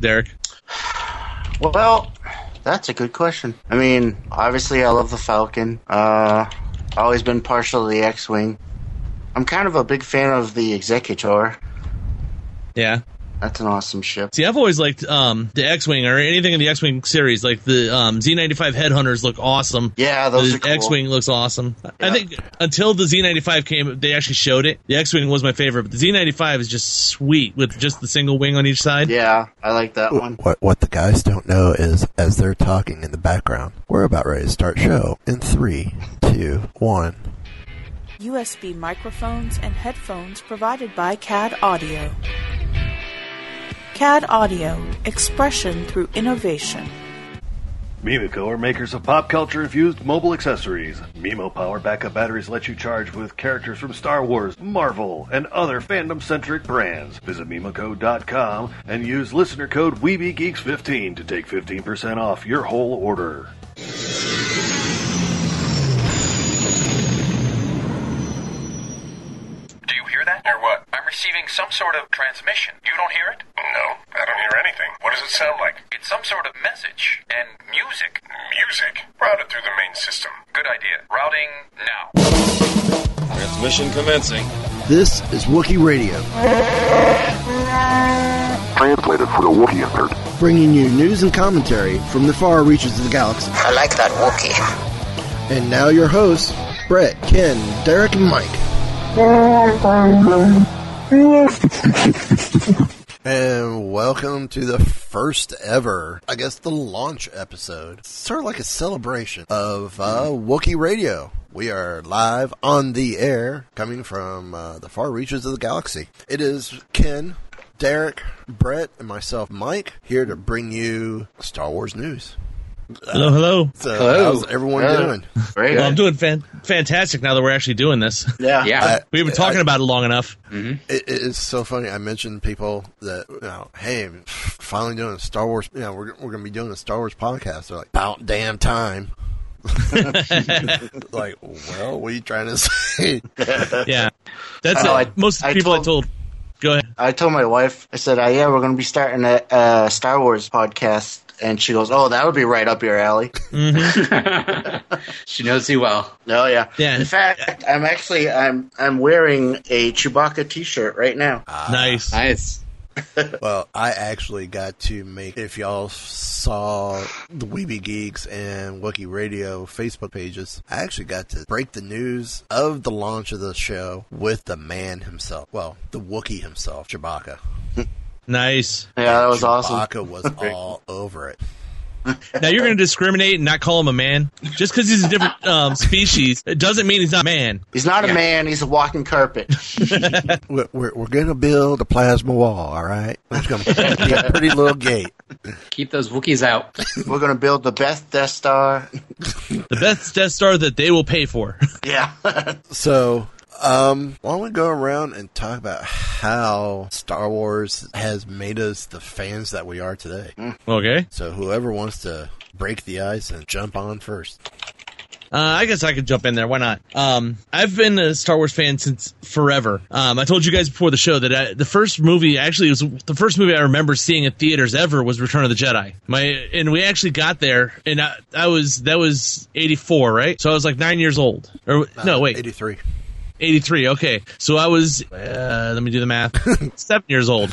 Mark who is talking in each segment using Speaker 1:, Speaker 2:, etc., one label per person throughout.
Speaker 1: Derek?
Speaker 2: Well, that's a good question. I mean, obviously, I love the Falcon. Uh, always been partial to the X-wing. I'm kind of a big fan of the Executor.
Speaker 1: Yeah.
Speaker 2: That's an awesome ship.
Speaker 1: See, I've always liked um, the X-wing or anything in the X-wing series. Like the um, Z95 Headhunters look awesome.
Speaker 2: Yeah, those
Speaker 1: the
Speaker 2: are cool.
Speaker 1: X-wing looks awesome. I
Speaker 2: Yeah.
Speaker 1: think until the Z95 came, they actually showed it. The X-wing was my favorite, but the Z95 is just sweet with just the single wing on each side.
Speaker 2: Yeah, I like that one.
Speaker 3: What what the guys don't know is as they're talking in the background, we're about ready to start show in three, two, one.
Speaker 4: USB microphones and headphones provided by CAD Audio. CAD Audio, expression through innovation.
Speaker 5: Mimico are makers of pop culture infused mobile accessories. Mimo power backup batteries let you charge with characters from Star Wars, Marvel, and other fandom centric brands. Visit Mimico.com and use listener code WeebieGeeks15 to take 15% off your whole order.
Speaker 6: Do you hear that? Or what? I'm receiving some sort of transmission. You don't hear it? No, I don't hear anything. What does it sound like? It's some sort of message and music. Music? Route it through the main system. Good idea. Routing now.
Speaker 7: Transmission commencing.
Speaker 8: This is Wookiee Radio,
Speaker 9: Translated for the Wookiee nerd.
Speaker 8: bringing you news and commentary from the far reaches of the galaxy.
Speaker 10: I like that Wookiee.
Speaker 8: And now your hosts, Brett, Ken, Derek, and Mike.
Speaker 3: And welcome to the first ever, I guess, the launch episode. It's sort of like a celebration of uh, Wookiee Radio. We are live on the air, coming from uh, the far reaches of the galaxy. It is Ken, Derek, Brett, and myself, Mike, here to bring you Star Wars news.
Speaker 1: Hello, hello.
Speaker 3: So,
Speaker 2: Hello.
Speaker 3: how's everyone
Speaker 2: Yeah.
Speaker 3: doing?
Speaker 2: Great.
Speaker 1: Well, I'm doing fan- fantastic now that we're actually doing this.
Speaker 2: yeah.
Speaker 3: I-
Speaker 1: We've been talking about it long enough.
Speaker 3: It, it- it's so funny. I mentioned people that, you know, hey, finally doing a Star Wars. You know, we're, we're going to be doing a Star Wars podcast. They're like, about damn time. like, well, what are you trying to say?
Speaker 1: Yeah, that's
Speaker 2: Oh,
Speaker 1: it.
Speaker 2: I-
Speaker 1: most
Speaker 2: I
Speaker 1: people I
Speaker 2: told-
Speaker 1: told. Go ahead.
Speaker 2: I told my wife, I said, uh, yeah, we're going to be starting a uh, Star Wars podcast. And she goes, oh, that would be right up your alley.
Speaker 11: She knows you well.
Speaker 2: Oh, yeah.
Speaker 1: Yeah.
Speaker 2: In fact, I'm actually, I'm I'm wearing a Chewbacca t-shirt right now.
Speaker 1: Uh, nice.
Speaker 11: Nice.
Speaker 3: well, I actually got to make, if y'all saw the Weeby Geeks and Wookie Radio Facebook pages, I actually got to break the news of the launch of the show with the man himself. Well, the Wookiee himself, Chewbacca.
Speaker 1: nice.
Speaker 2: Yeah, that was awesome.
Speaker 3: Chewbacca was all over it.
Speaker 1: Now you're going to discriminate and not call him a man just because he's a different um, species. It doesn't mean he's not a man.
Speaker 2: He's not a man. He's a walking carpet.
Speaker 3: We're, we're, we're going to build a plasma wall, all right? It's going to be a pretty little gate.
Speaker 11: Keep those Wookiees out.
Speaker 2: we're going to build the best Death Star.
Speaker 1: The best Death Star that they will pay for.
Speaker 2: yeah.
Speaker 3: So, um, why don't we go around and talk about how Star Wars has made us the fans that we are today?
Speaker 1: Mm. Okay.
Speaker 3: So, whoever wants to break the ice and jump on first.
Speaker 1: Uh, I guess I could jump in there. Why not? Um, I've been a Star Wars fan since forever. Um, I told you guys before the show that I, the first movie actually was the first movie I remember seeing at theaters ever was Return of the Jedi. My and we actually got there, and I, I was that was eighty four, right? So I was like nine years old. Or
Speaker 3: Uh,
Speaker 1: no, wait,
Speaker 3: 83.
Speaker 1: 83 okay so i was uh, let me do the math seven years old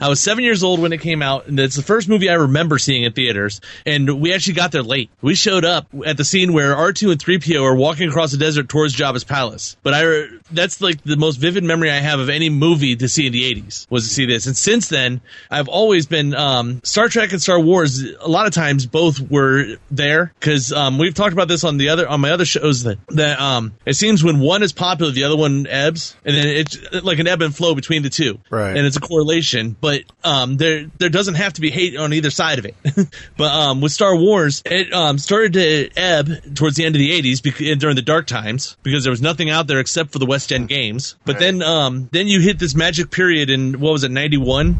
Speaker 1: i was seven years old when it came out and it's the first movie i remember seeing in theaters and we actually got there late we showed up at the scene where r2 and 3po are walking across the desert towards jabba's palace but i that's like the most vivid memory i have of any movie to see in the 80s was to see this and since then i've always been um, star trek and star wars a lot of times both were there because um, we've talked about this on the other on my other shows that that um, it seems when one is popular the other one ebbs and then it's like an ebb and flow between the two
Speaker 3: Right.
Speaker 1: and it's a correlation but um, there there doesn't have to be hate on either side of it but um, with Star Wars it um, started to ebb towards the end of the 80s bec- and during the dark times because there was nothing out there except for the West End games but then um, then you hit this magic period in what was it 91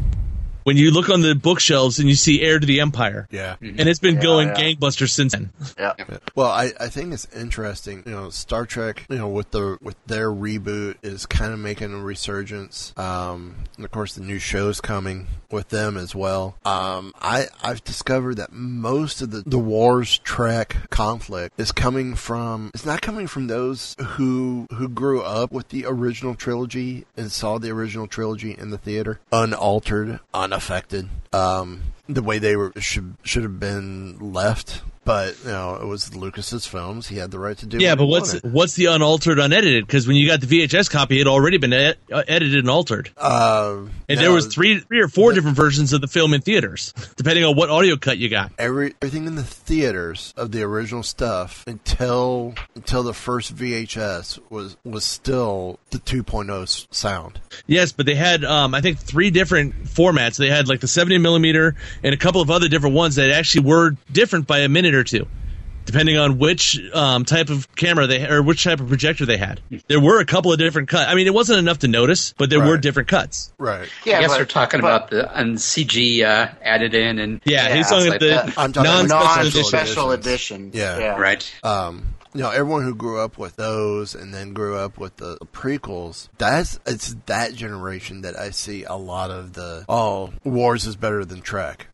Speaker 1: when you look on the bookshelves and you see Heir to the Empire.
Speaker 3: Yeah.
Speaker 1: And it's been
Speaker 3: Yeah,
Speaker 1: going
Speaker 3: yeah.
Speaker 1: gangbusters since then.
Speaker 2: Yeah.
Speaker 3: Well, I, I think it's interesting. You know, Star Trek, you know, with the with their reboot is kind of making a resurgence. Um, and of course, the new shows coming with them as well. Um, I I've discovered that most of the the wars Trek conflict is coming from it's not coming from those who who grew up with the original trilogy and saw the original trilogy in the theater unaltered, unaffected. Um, the way they were should should have been left but you know, it was Lucas's films. He had the right to do.
Speaker 1: yeah,
Speaker 3: what
Speaker 1: but
Speaker 3: he
Speaker 1: what's
Speaker 3: wanted.
Speaker 1: what's the unaltered, unedited? Because when you got the VHS copy, it had already been ed- uh, edited and altered.
Speaker 3: Uh,
Speaker 1: and
Speaker 3: no,
Speaker 1: there was three three or four different versions of the film in theaters, depending on what audio cut you got.
Speaker 3: every everything in the theaters of the original stuff until until the first VHS was was still the 2.0 s- sound.
Speaker 1: Yes, but they had um, I think three different formats. They had like the 70 millimeter and a couple of other different ones that actually were different by a minute or two, depending on which um, type of camera they or which type of projector they had. There were a couple of different cuts. I mean, it wasn't enough to notice, but there were different cuts.
Speaker 3: Right.
Speaker 2: Yeah,
Speaker 11: I guess
Speaker 2: but-
Speaker 11: we're talking
Speaker 2: but-
Speaker 11: about the and CG uh, added in and
Speaker 1: Yeah, he's talking about the
Speaker 3: I'm talking about
Speaker 1: non-special
Speaker 3: non-special
Speaker 1: edition.
Speaker 2: special edition.
Speaker 3: Yeah.
Speaker 11: right.
Speaker 3: um, you know, everyone who grew up with those and then grew up with the prequels, that's it's that generation that I see a lot of the oh, Wars is better than Trek.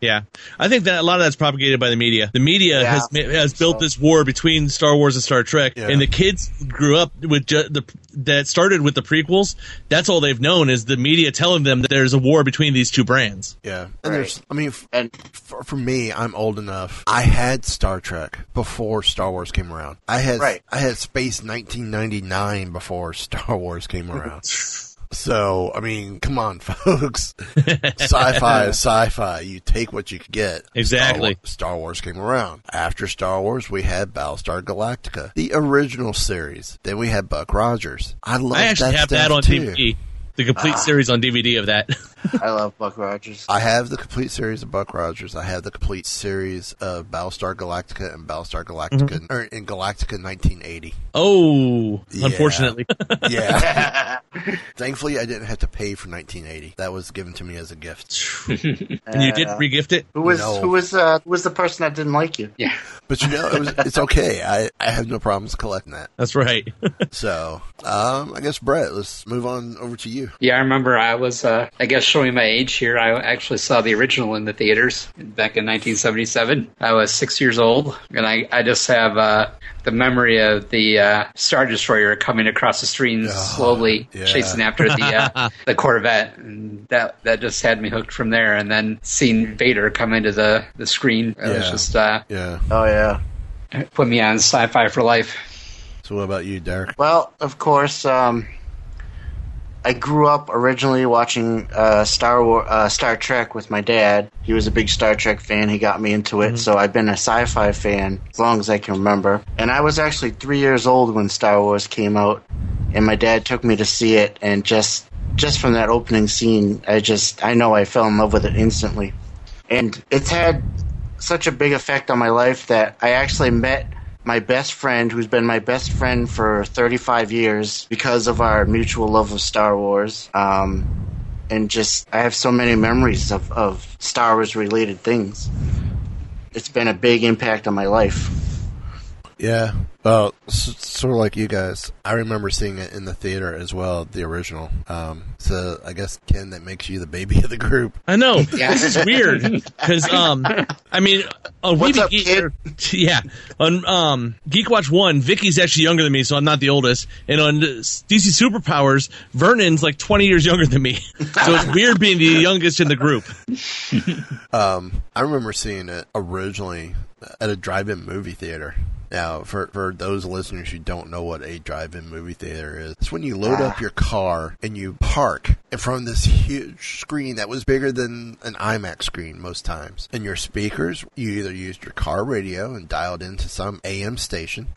Speaker 1: Yeah, I think that a lot of that's propagated by the media. The media
Speaker 2: Yeah.
Speaker 1: has has has built this war between Star Wars and Star Trek,
Speaker 3: Yeah.
Speaker 1: and the kids grew up with ju- the that started with the prequels. That's all they've known is the media telling them that there's a war between these two brands.
Speaker 3: Yeah, and
Speaker 2: Right.
Speaker 3: there's. I mean, f-
Speaker 2: And
Speaker 3: for, for me, I'm old enough. I had Star Trek before Star Wars came around. I had
Speaker 2: Right.
Speaker 3: I had Space 1999 before Star Wars came around. so I mean, come on, folks. sci-fi is sci-fi. You take what you can get.
Speaker 1: Exactly.
Speaker 3: Star, War- Star Wars came around. After Star Wars, we had Battlestar Galactica, the original series. Then we had Buck Rogers. I love
Speaker 1: I actually
Speaker 3: that
Speaker 1: have that
Speaker 3: stuff,
Speaker 1: on
Speaker 3: too. Ah.
Speaker 1: DVD, the complete series on DVD of that.
Speaker 2: I love Buck Rogers.
Speaker 3: I have the complete series of Buck Rogers. I have the complete series of Battlestar Galactica and Battlestar Galactica or in Galactica 1980.
Speaker 1: oh, unfortunately,
Speaker 3: Yeah. Thankfully, I didn't have to pay for 1980. That was given to me as a gift.
Speaker 1: and you did regift it.
Speaker 2: Who was
Speaker 3: No.
Speaker 2: who was uh, who was the person that didn't like you?
Speaker 11: Yeah.
Speaker 3: But you know, it was, it's okay. I, I have no problems collecting that.
Speaker 1: That's right.
Speaker 3: So, um, I guess Brett, let's move on over to you.
Speaker 11: Yeah, I remember I was, uh, I guess, showing my age here. I actually saw the original in the theaters back in 1977. I was six years old, and I, I just have uh, the memory of the uh, Star Destroyer coming across the screen slowly,
Speaker 3: yeah.
Speaker 11: chasing after the uh, the Corvette. And that, that just had me hooked from there. And then seeing Vader come into the, the screen, it was
Speaker 3: Yeah.
Speaker 11: just uh,
Speaker 3: Yeah.
Speaker 2: Oh yeah.
Speaker 11: put me on sci fi for life.
Speaker 3: So, what about you, Derek?
Speaker 2: Well, of course, um, I grew up originally watching uh, Star War, uh, Star Trek with my dad. He was a big Star Trek fan. He got me into it, so I've been a sci-fi fan as long as I can remember. And I was actually three years old when Star Wars came out, and my dad took me to see it. And just just from that opening scene, I just I know I fell in love with it instantly. And it's had such a big effect on my life that I actually met my best friend, who's been my best friend for 35 years, because of our mutual love of Star Wars. Um, and just, I have so many memories of, of Star Wars related things. It's been a big impact on my life.
Speaker 3: Yeah. Well, s- sort of like you guys, I remember seeing it in the theater as well, the original. Um, so, I guess, Ken, that makes you the baby of the group.
Speaker 1: I know.
Speaker 11: Yeah.
Speaker 1: This is weird because um, I mean, on
Speaker 2: What's
Speaker 1: Weeby
Speaker 2: up,
Speaker 1: Geek,
Speaker 2: kid?
Speaker 1: or- yeah, on um, Geek Watch One, Vicky's actually younger than me, so I'm not the oldest. And on uh, DC Superpowers, Vernon's like 20 years younger than me, so it's weird being the youngest in the group.
Speaker 3: Um, I remember seeing it originally at a drive-in movie theater. Now, for, for those listeners who don't know what a drive-in movie theater is, it's when you load up your car and you park in front of this huge screen that was bigger than an IMAX screen most times. And your speakers, you either used your car radio and dialed into some AM station,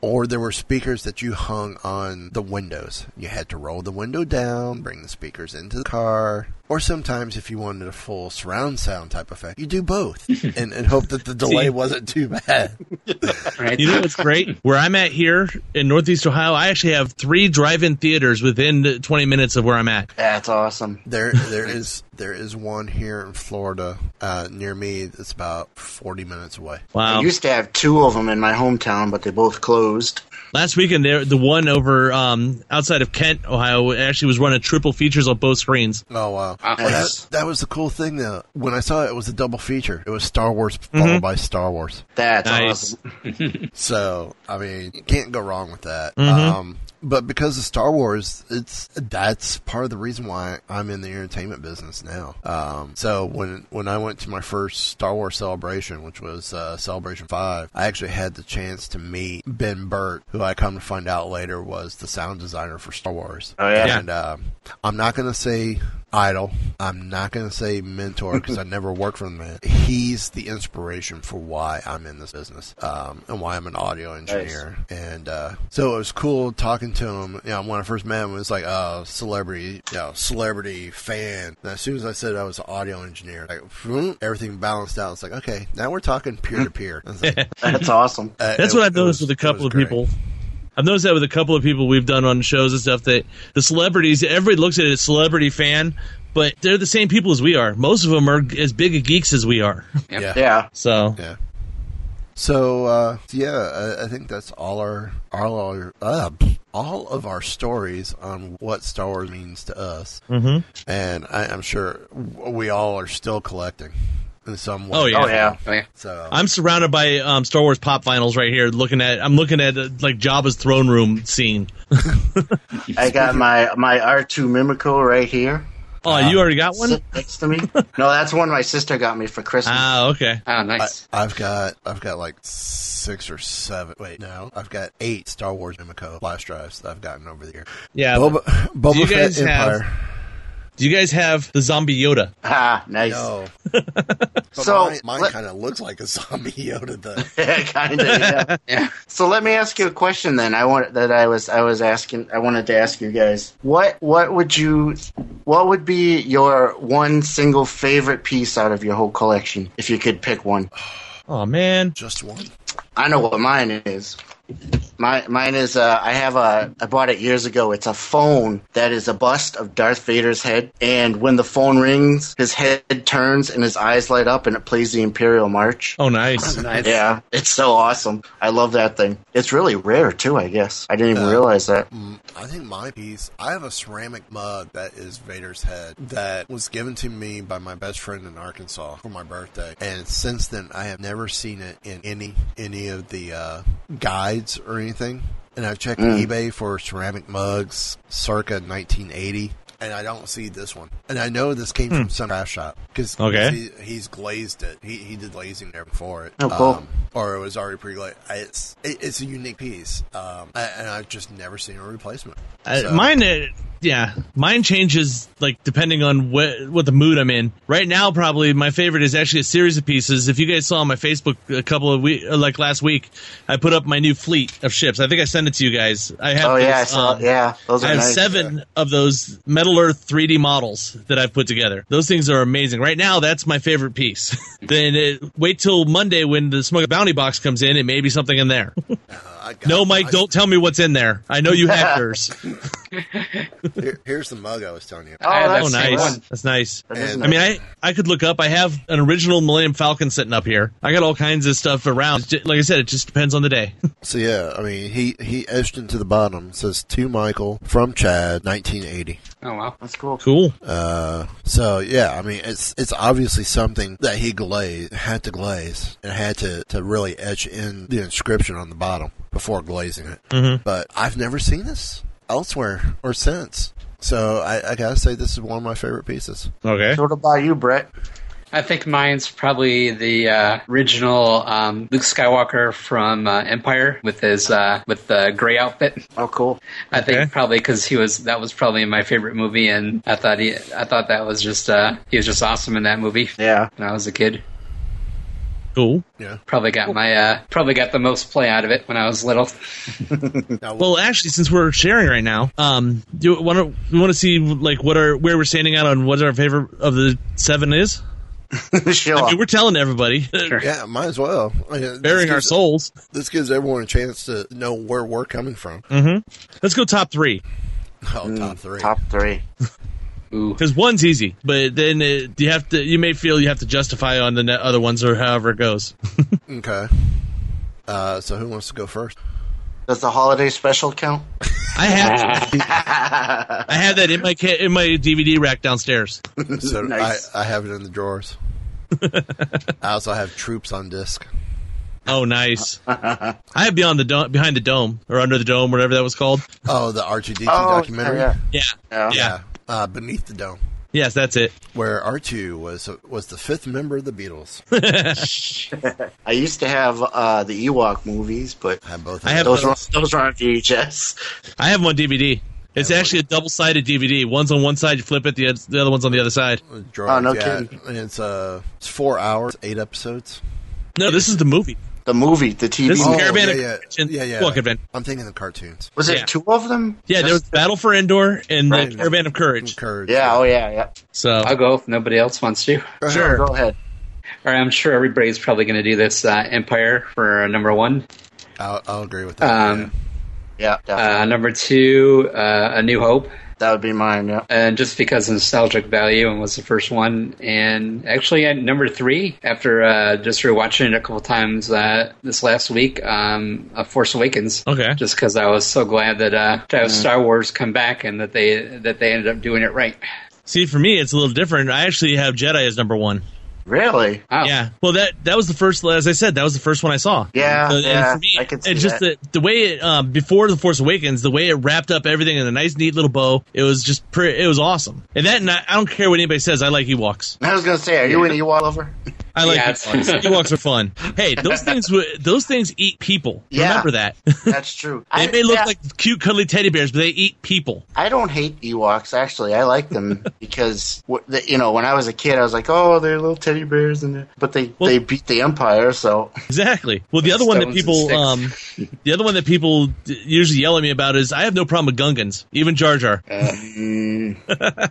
Speaker 3: or there were speakers that you hung on the windows. You had to roll the window down, bring the speakers into the car, or sometimes if you wanted a full surround sound type effect, you do both and, and hope that the delay wasn't too bad.
Speaker 11: Right?
Speaker 1: You know what's great? Where I'm at here in Northeast Ohio, I actually have three drive-in theaters within 20 minutes of where I'm at.
Speaker 2: That's awesome.
Speaker 3: There, there is there is one here in Florida uh, near me that's about forty minutes away.
Speaker 2: I
Speaker 1: Um,
Speaker 2: used to have two of them in my hometown, but they both closed.
Speaker 1: Last weekend, there the one over um, outside of Kent, Ohio, actually was running triple features on both screens.
Speaker 3: Oh wow!
Speaker 1: Uh-huh.
Speaker 3: Well, that, that was the cool thing though. When I saw it, it was a double feature. It was Star Wars followed
Speaker 1: Mhm.
Speaker 3: by Star Wars.
Speaker 2: That's
Speaker 1: Nice.
Speaker 2: awesome.
Speaker 3: so I mean, you can't go wrong with that.
Speaker 1: Mhm.
Speaker 3: Um, but because of Star Wars, it's that's part of the reason why I'm in the entertainment business now. Um, so when when I went to my first Star Wars celebration, which was uh, Celebration Five, I actually had the chance to meet Ben Burt, who I come to find out later was the sound designer for Star Wars.
Speaker 2: Oh, yeah.
Speaker 3: And um I'm not going to say idol. I'm not going to say mentor because I never worked for the man. He's the inspiration for why I'm in this business um, and why I'm an audio engineer. And uh, so it was cool talking to him. You know, when I first met him, it was like, oh, celebrity, you know, celebrity fan. And as soon as I said I was an audio engineer, like, vroom, everything balanced out. It's like, okay, now we're talking peer to peer. It's like,
Speaker 2: That's awesome.
Speaker 3: uh,
Speaker 1: That's
Speaker 3: it-
Speaker 1: what
Speaker 3: it
Speaker 1: I've noticed
Speaker 3: was-
Speaker 1: with a
Speaker 3: it
Speaker 1: couple
Speaker 3: was
Speaker 1: of
Speaker 3: great.
Speaker 1: people. I've noticed that with a couple of people we've done on shows and stuff that the celebrities, everybody looks at it as celebrity fan, but they're the same people as we are. Most of them are as big a geeks as we are.
Speaker 3: Yeah.
Speaker 2: Yeah.
Speaker 1: So
Speaker 3: Yeah. So uh, yeah, I, I think that's all our all our uh, all of our stories on what Star Wars means to us, mm-hmm. and I, I'm sure w- we all are still collecting in some way.
Speaker 1: Oh, yeah.
Speaker 2: Oh, yeah.
Speaker 11: Oh, yeah.
Speaker 3: So
Speaker 1: I'm surrounded by um, Star Wars pop vinyls right here. Looking at, I'm looking at uh, like Jabba's throne room scene.
Speaker 2: I got my, my R2 Mimico right here.
Speaker 1: Oh, you already got one?
Speaker 2: Sit next to me. No, that's one my sister got me for Christmas.
Speaker 1: Ah, okay.
Speaker 11: Oh,
Speaker 3: I,
Speaker 11: nice.
Speaker 3: I've got I've got like six or seven. Wait, no, I've got eight Star Wars Mimico flash drives that I've gotten over the year.
Speaker 1: Yeah.
Speaker 3: Boba,
Speaker 1: Do
Speaker 3: Boba
Speaker 1: you
Speaker 3: Fett
Speaker 1: guys have-
Speaker 3: Empire.
Speaker 1: Do you guys have the zombie Yoda?
Speaker 2: ah, nice.
Speaker 3: No.
Speaker 2: So,
Speaker 3: mine, mine
Speaker 2: let-
Speaker 3: kind of looks like a zombie Yoda though.
Speaker 2: kind of. Yeah.
Speaker 11: Yeah.
Speaker 2: So let me ask you a question then. I want that I was I was asking. I wanted to ask you guys what what would you what would be your one single favorite piece out of your whole collection if you could pick one.
Speaker 1: Oh man.
Speaker 3: Just one.
Speaker 2: I know what mine is. My, mine is uh, I have a I bought it years ago. It's a phone that is a bust of Darth Vader's head, and when the phone rings, his head turns and his eyes light up, and it plays the Imperial March.
Speaker 1: Oh nice.
Speaker 11: Nice.
Speaker 2: Yeah, it's so awesome. I love that thing. It's really rare too. I guess I didn't even
Speaker 1: Uh,
Speaker 3: Yeah.
Speaker 2: realize that.
Speaker 3: Mm, I think my piece, I have a ceramic mug that is Vader's head that was given to me by my best friend in Arkansas for my birthday. And since then, I have never seen it in any any of the uh, guides or anything. And I've checked eBay for ceramic mugs circa 1980. And I don't see this one. And I know this came from some craft shop because
Speaker 1: Okay.
Speaker 3: he, he's glazed it. He, he did glazing there before it.
Speaker 2: Oh, cool.
Speaker 3: Um, or it was already pre late. It's it, it's a unique piece, um, I- and I've just never seen a replacement.
Speaker 1: Uh,
Speaker 3: So-
Speaker 1: mine, uh, yeah, mine changes like depending on what what the mood I'm in. Right now, probably my favorite is actually a series of pieces. If you guys saw on my Facebook a couple of week, uh, like last week, I put up my new fleet of ships. I think I sent it to you guys. I have.
Speaker 2: Oh yeah, I
Speaker 1: this,
Speaker 2: saw,
Speaker 1: um,
Speaker 2: yeah, those
Speaker 1: I
Speaker 2: are
Speaker 1: have
Speaker 2: nice.
Speaker 1: seven of those Metal Earth 3D models that I've put together. Those things are amazing. Right now, that's my favorite piece. then it, wait till Monday when the Smoke Bounty box comes in. It may be something in there.
Speaker 3: I got-
Speaker 1: no, Mike,
Speaker 3: I-
Speaker 1: don't tell me what's in there. I know you have yours.
Speaker 3: here- here's the mug I was telling you.
Speaker 2: Oh,
Speaker 11: I had that
Speaker 2: that's
Speaker 1: oh, nice.
Speaker 11: one.
Speaker 1: That's nice.
Speaker 2: That is
Speaker 3: And-
Speaker 1: I mean, I, I could look up. I have an original Millennium Falcon sitting up here. I got all kinds of stuff around. It's ju- Like I said, it just depends on the day.
Speaker 3: So yeah, I mean he he etched into the bottom says to Michael from Chad, 1980.
Speaker 11: Oh, wow.
Speaker 2: That's cool.
Speaker 1: cool.
Speaker 3: Uh, so yeah, I mean it's it's obviously something that he glazed had to glaze and had to to really etch in the inscription on the bottom before glazing it.
Speaker 1: Mm-hmm.
Speaker 3: But I've never seen this elsewhere or since. So I, I gotta say this is one of my favorite pieces.
Speaker 1: Okay.
Speaker 2: So what about you, Brett?
Speaker 11: I think mine's probably the uh, original um, Luke Skywalker from uh, Empire with his uh, with the gray outfit.
Speaker 2: Oh, cool.
Speaker 11: I
Speaker 1: Okay.
Speaker 11: think probably because he was that was probably my favorite movie, and I thought he I thought that was just uh, he was just awesome in that movie
Speaker 2: Yeah,
Speaker 11: when I was a kid.
Speaker 1: Cool.
Speaker 3: Yeah.
Speaker 11: Probably got my uh, probably got the most play out of it when I was little.
Speaker 3: Now,
Speaker 1: Well, actually, since we're sharing right now, um, do you want to we want to see like what our where we're standing out on what our favorite of the seven is?
Speaker 2: Show
Speaker 1: I mean, we're telling everybody.
Speaker 3: Yeah, might as well.
Speaker 1: Burying our souls.
Speaker 3: This gives everyone a chance to know where we're coming from.
Speaker 1: hmm Let's go top three.
Speaker 3: Oh, top three.
Speaker 2: Mm, Top three.
Speaker 1: Because one's easy, but then it, you have to. You may feel you have to justify on the ne- other ones or however it goes.
Speaker 3: Okay. Uh, so who wants to go first?
Speaker 2: Does the holiday special count?
Speaker 1: I have I have that in my ca- in my DVD rack downstairs.
Speaker 3: So
Speaker 2: Nice.
Speaker 3: I, I have it in the drawers. I also have troops on disc.
Speaker 1: Oh, nice! I have beyond the dome, behind the dome or under the dome, whatever that was called.
Speaker 3: Oh, the R2D2
Speaker 2: Oh,
Speaker 3: documentary.
Speaker 2: yeah.
Speaker 1: Yeah,
Speaker 2: Yeah.
Speaker 1: yeah.
Speaker 3: Uh, Beneath the Dome,
Speaker 1: yes, that's it.
Speaker 3: where R2 was was the fifth member of the Beatles.
Speaker 2: I used to have uh, the Ewok movies, but
Speaker 3: I have both.
Speaker 1: I have
Speaker 2: those
Speaker 1: a-
Speaker 2: were, those were on VHS.
Speaker 1: I have one DVD. It's actually a double sided DVD. One's on one side, you flip it. The oth- the other one's on the other side.
Speaker 3: drawers.
Speaker 2: Oh, no
Speaker 3: yeah.
Speaker 2: kidding.
Speaker 3: And it's uh, it's four hours, eight episodes. Oh,
Speaker 1: No, this is the movie.
Speaker 2: The movie, the TV.
Speaker 1: This is
Speaker 2: movie.
Speaker 1: Caravan
Speaker 3: yeah,
Speaker 1: of
Speaker 3: yeah,
Speaker 1: Courage and
Speaker 3: yeah, yeah.
Speaker 1: Book Adventure.
Speaker 3: I'm thinking the cartoons.
Speaker 2: Was it
Speaker 1: yeah.
Speaker 2: two of them?
Speaker 1: Yeah, there was
Speaker 2: Just-
Speaker 1: Battle for Endor and
Speaker 2: Right.
Speaker 1: the Caravan of Courage.
Speaker 3: Encourage.
Speaker 2: Yeah. Oh yeah. Yeah.
Speaker 1: So
Speaker 11: I'll go if nobody else wants to.
Speaker 3: Go ahead.
Speaker 2: Go ahead.
Speaker 11: All right, I'm sure everybody's probably going to do this uh, Empire for number one.
Speaker 3: I'll, I'll agree with that.
Speaker 11: Um,
Speaker 2: Yeah. definitely.
Speaker 11: uh, number two, uh, A New Hope.
Speaker 2: that would be mine. Yeah.
Speaker 11: and Uh, just because of nostalgic value and was the first one and actually at number three after uh, just rewatching it a couple times uh, this last week um, uh, force awakens
Speaker 1: okay,
Speaker 11: just because i was so glad that uh, to have star wars come back and that they that they ended up doing it right
Speaker 1: see for me, it's a little different. I actually have Jedi as number one.
Speaker 2: Really?
Speaker 11: wow.
Speaker 1: Yeah. Well, that that was the first. As I said, that was the first one I saw.
Speaker 2: Yeah,
Speaker 1: So, and
Speaker 2: yeah,
Speaker 1: for me,
Speaker 2: I could see
Speaker 1: it's just
Speaker 2: that.
Speaker 1: the the way it um, before the Force Awakens, the way it wrapped up everything in a nice, neat little bow. It was just pretty. It was awesome. And that, and I, I don't care what anybody says. I like Ewoks.
Speaker 2: I was gonna say, are you an Ewok lover?
Speaker 1: I like
Speaker 11: Yeah, it's-
Speaker 1: Ewoks. Ewoks are fun. Hey, those things w- those things eat people.
Speaker 2: Yeah.
Speaker 1: Remember that.
Speaker 2: That's true.
Speaker 1: They
Speaker 2: I,
Speaker 1: may look
Speaker 2: yeah,
Speaker 1: like cute, cuddly teddy bears, but they eat people.
Speaker 2: I don't hate Ewoks. Actually, I like them because wh- the, you know when I was a kid, I was like, oh, they're little teddy bears, and they're- but they
Speaker 1: Well-
Speaker 2: they beat the Empire, so
Speaker 1: Exactly. Well, the other one that
Speaker 11: Stones and
Speaker 1: people, um, the other one that people d- usually yell at me about is I have no problem with Gungans, even Jar Jar.
Speaker 2: mm,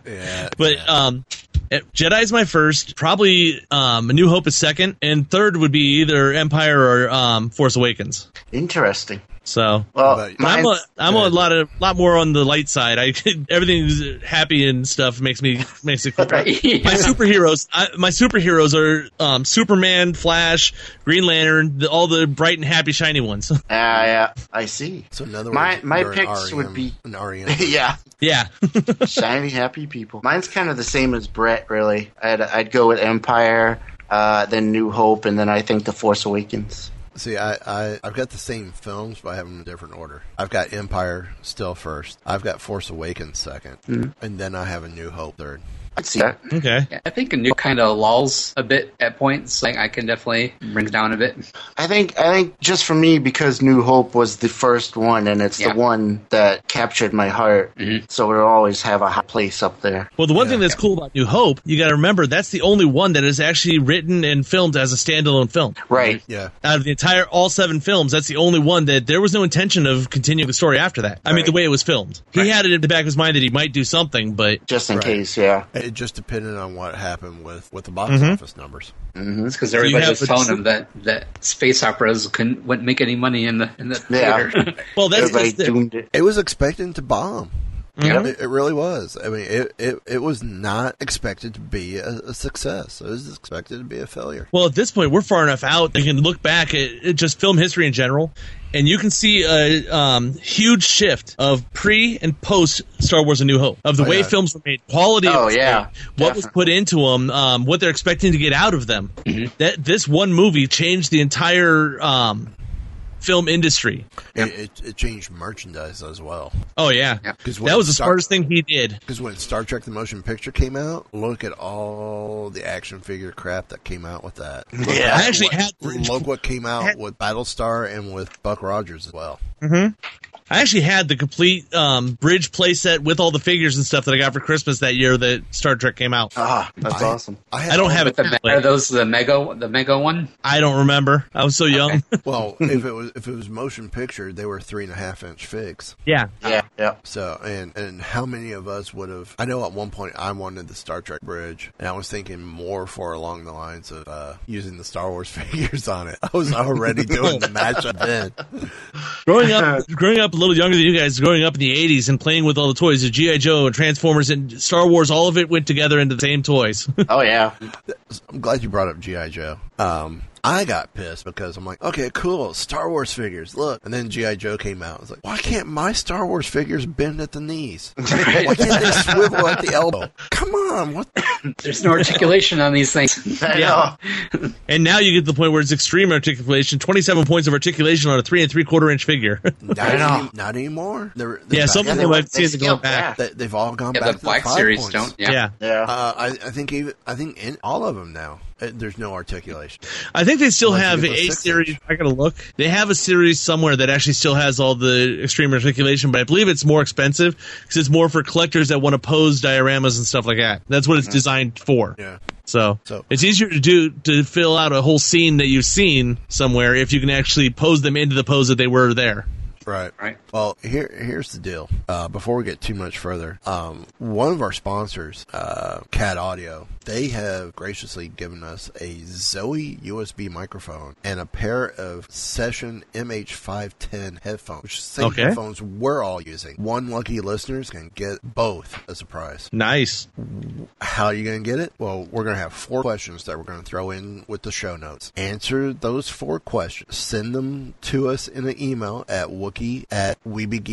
Speaker 3: yeah.
Speaker 1: But um, eh, Jedi's my first. Probably um, A New Hope is second, and third would be either Empire or um, Force Awakens.
Speaker 2: interesting.
Speaker 1: So.
Speaker 2: Well,
Speaker 3: But-
Speaker 1: I'm
Speaker 2: mine's,
Speaker 1: a, I'm a
Speaker 3: good.
Speaker 1: lot of lot more on the light side. I everything's happy and stuff makes me makes it. My superheroes, I, my superheroes are um, Superman, Flash, Green Lantern, the, all the bright and happy shiny ones.
Speaker 2: ah, yeah, I see.
Speaker 3: so another
Speaker 2: my-
Speaker 3: one.
Speaker 2: my picks would be-
Speaker 3: E an REM.
Speaker 2: yeah,
Speaker 1: yeah,
Speaker 2: shiny, happy people. Mine's kind of the same as Brett, really. I'd I'd go with Empire, uh, then New Hope, and then I think The Force Awakens.
Speaker 3: See, I, I I've got the same films, but I have them in a different order. I've got Empire still first. I've got Force Awakens 2nd
Speaker 2: Mm-hmm.
Speaker 3: and then I have A New Hope third.
Speaker 2: I'd see that.
Speaker 1: okay.
Speaker 11: I think a new kind of lulls a bit at points. Like I can definitely bring it down a bit.
Speaker 2: I think I think just for me because New Hope was the first one and it's
Speaker 11: Yeah.
Speaker 2: the one that captured my heart, so it'll always have a hot place up there.
Speaker 1: Well, the one thing that's cool about New Hope, you got to remember that's the only one that is actually written and filmed as a standalone film.
Speaker 2: Right.
Speaker 3: Yeah,
Speaker 1: Out of the entire all seven films, that's the only one that there was no intention of continuing the story after that. I mean,
Speaker 2: Right.
Speaker 1: the way it was filmed, he had it in the back of his mind that he might do something, but
Speaker 2: Just in
Speaker 3: Right.
Speaker 2: case, yeah.
Speaker 3: it just depended on what happened with with the box
Speaker 1: Mm-hmm.
Speaker 3: office numbers.
Speaker 11: It's because
Speaker 1: you
Speaker 11: everybody
Speaker 1: have
Speaker 11: was
Speaker 1: a
Speaker 11: telling
Speaker 1: dis-
Speaker 11: them that, that space operas couldn't wouldn't make any money in the in the
Speaker 2: Yeah.
Speaker 11: theater.
Speaker 1: well, that's
Speaker 2: Everybody
Speaker 1: just it.
Speaker 2: doomed it.
Speaker 3: It was expecting to bomb.
Speaker 11: Yeah.
Speaker 3: It, it really was. I mean, it, it, it was not expected to be a, a success. It was expected to be a failure.
Speaker 1: Well, at this point, we're far enough out. They can look back at, at just film history in general, and you can see a um, huge shift of pre and post Star Wars: A New Hope of the
Speaker 3: Oh,
Speaker 1: way
Speaker 3: yeah.
Speaker 1: films were made, quality.
Speaker 2: Oh,
Speaker 1: of the
Speaker 2: yeah.
Speaker 1: story, what was put into them, um, what they're expecting to get out of them.
Speaker 2: Mm-hmm.
Speaker 1: That this one movie changed the entire um, film industry.
Speaker 3: It, it, it changed merchandise as well.
Speaker 1: Oh yeah,
Speaker 3: 'Cause when
Speaker 1: that was the
Speaker 3: Star-
Speaker 1: smartest thing he did.
Speaker 3: Because when Star Trek: The Motion Picture came out, look at all the action figure crap that came out with that.
Speaker 2: Yeah.
Speaker 1: I actually
Speaker 3: What-
Speaker 1: had
Speaker 3: look what came out with Battlestar and with Buck Rogers as well.
Speaker 1: I actually had the complete um, bridge playset with all the figures and stuff that I got for Christmas that year that Star Trek came out.
Speaker 2: Ah, that's
Speaker 1: I-
Speaker 2: awesome.
Speaker 1: I, don't have it.
Speaker 11: The, me-
Speaker 1: but
Speaker 11: are those the mega the mega one?
Speaker 1: I don't remember. I was so young.
Speaker 3: well, if it was if it was motion picture, they were three and a half inch figs.
Speaker 1: Yeah.
Speaker 2: Yeah, yeah.
Speaker 3: So and and how many of us would have? I know at one point I wanted the Star Trek bridge, and I was thinking more for along the lines of uh, using the Star Wars figures on it. I was already doing the matchup then.
Speaker 1: Growing up, growing up a little younger than you guys, growing up in the '80s and playing with all the toys, the GI Joe and Transformers and Star Wars, all of it went together into the same toys.
Speaker 2: Oh yeah.
Speaker 3: I'm glad you brought up GI Joe. Um, I got pissed because I'm like, okay, cool, Star Wars figures, look. And then GI Joe came out. I was like, why can't my Star Wars figures bend at the knees? Why can't they swivel at the elbow? Come on, what?
Speaker 11: There's no articulation on these things.
Speaker 2: Yeah.
Speaker 1: and now you get to the point where it's extreme articulation, 27 points of articulation on a three and three quarter inch figure.
Speaker 3: Not,
Speaker 2: I know.
Speaker 3: any- not anymore. They're, they're
Speaker 1: yeah,
Speaker 3: back-
Speaker 1: some
Speaker 2: Yeah, they
Speaker 1: people
Speaker 2: went-
Speaker 1: I've seen
Speaker 2: they
Speaker 1: it going
Speaker 2: scaled
Speaker 1: back.
Speaker 2: back.
Speaker 3: they, they've all gone
Speaker 11: yeah,
Speaker 3: back
Speaker 11: the
Speaker 3: to
Speaker 11: Black
Speaker 3: the five
Speaker 11: Series
Speaker 3: points.
Speaker 11: don't. Yeah.
Speaker 1: Yeah.
Speaker 2: Yeah.
Speaker 3: Uh, I, I think even I think in all of them now, uh, there's no articulation.
Speaker 1: I think they still
Speaker 3: Unless you
Speaker 1: have
Speaker 3: get
Speaker 1: a
Speaker 3: those six
Speaker 1: series.
Speaker 3: inch.
Speaker 1: I gotta look. They have a series somewhere that actually still has all the extreme articulation, but I believe it's more expensive because it's more for collectors that want to pose dioramas and stuff like that. That's what it's designed for.
Speaker 3: Mm-hmm. Yeah.
Speaker 1: So,
Speaker 3: So-
Speaker 1: it's easier to do to fill out a whole scene that you've seen somewhere if you can actually pose them into the pose that they were there.
Speaker 3: Right.
Speaker 11: Right.
Speaker 3: Well, here here's the deal. Uh, before we get too much further, um, one of our sponsors, uh, Cat Audio, they have graciously given us a Zoe USB microphone and a pair of Session MH510 headphones, which is the same
Speaker 1: Okay.
Speaker 3: headphones we're all using. One lucky listeners can get both as a prize.
Speaker 1: Nice.
Speaker 3: How are you going to get it? Well, we're going to have four questions that we're going to throw in with the show notes. Answer those four questions. Send them to us in an email at wookie at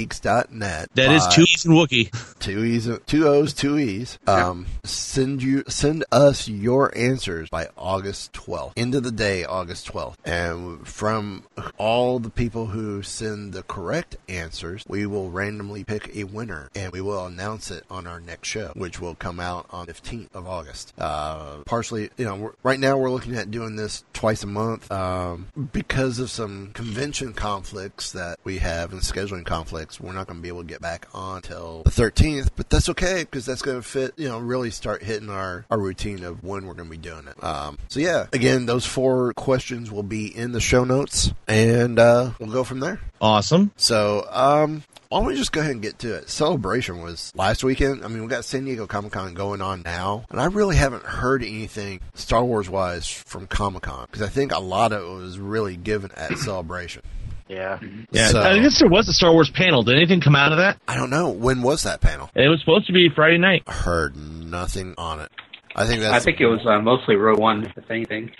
Speaker 3: weebygeeks.net.
Speaker 1: That is
Speaker 3: By
Speaker 1: two East and Wookie.
Speaker 3: two E's, two O's, two E's. Um, Send you, send us your answers by August 12th, end of the day, August 12th. And from all the people who send the correct answers, we will randomly pick a winner and we will announce it on our next show, which will come out on 15th of August. Uh, partially, you know, we're, right now we're looking at doing this twice a month um, because of some convention conflicts that we have and scheduling conflicts. We're not going to be able to get back on till the 13th, but that's okay because that's going to fit, you know, really start hitting our, our routine of when we're going to be doing it. Um, so, yeah, again, those four questions will be in the show notes and uh, we'll go from there.
Speaker 1: Awesome.
Speaker 3: So, um, why don't we just go ahead and get to it? Celebration was last weekend. I mean, we got San Diego Comic Con going on now, and I really haven't heard anything Star Wars wise from Comic Con because I think a lot of it was really given at Celebration.
Speaker 2: Yeah.
Speaker 1: Yeah.
Speaker 3: So-
Speaker 1: I guess there was a Star Wars panel. Did anything come out of that?
Speaker 3: I don't know when was that panel.
Speaker 1: It was supposed to be Friday night.
Speaker 3: Heard nothing on it. I think
Speaker 11: I
Speaker 3: that's
Speaker 11: think it was uh, mostly row one, if anything.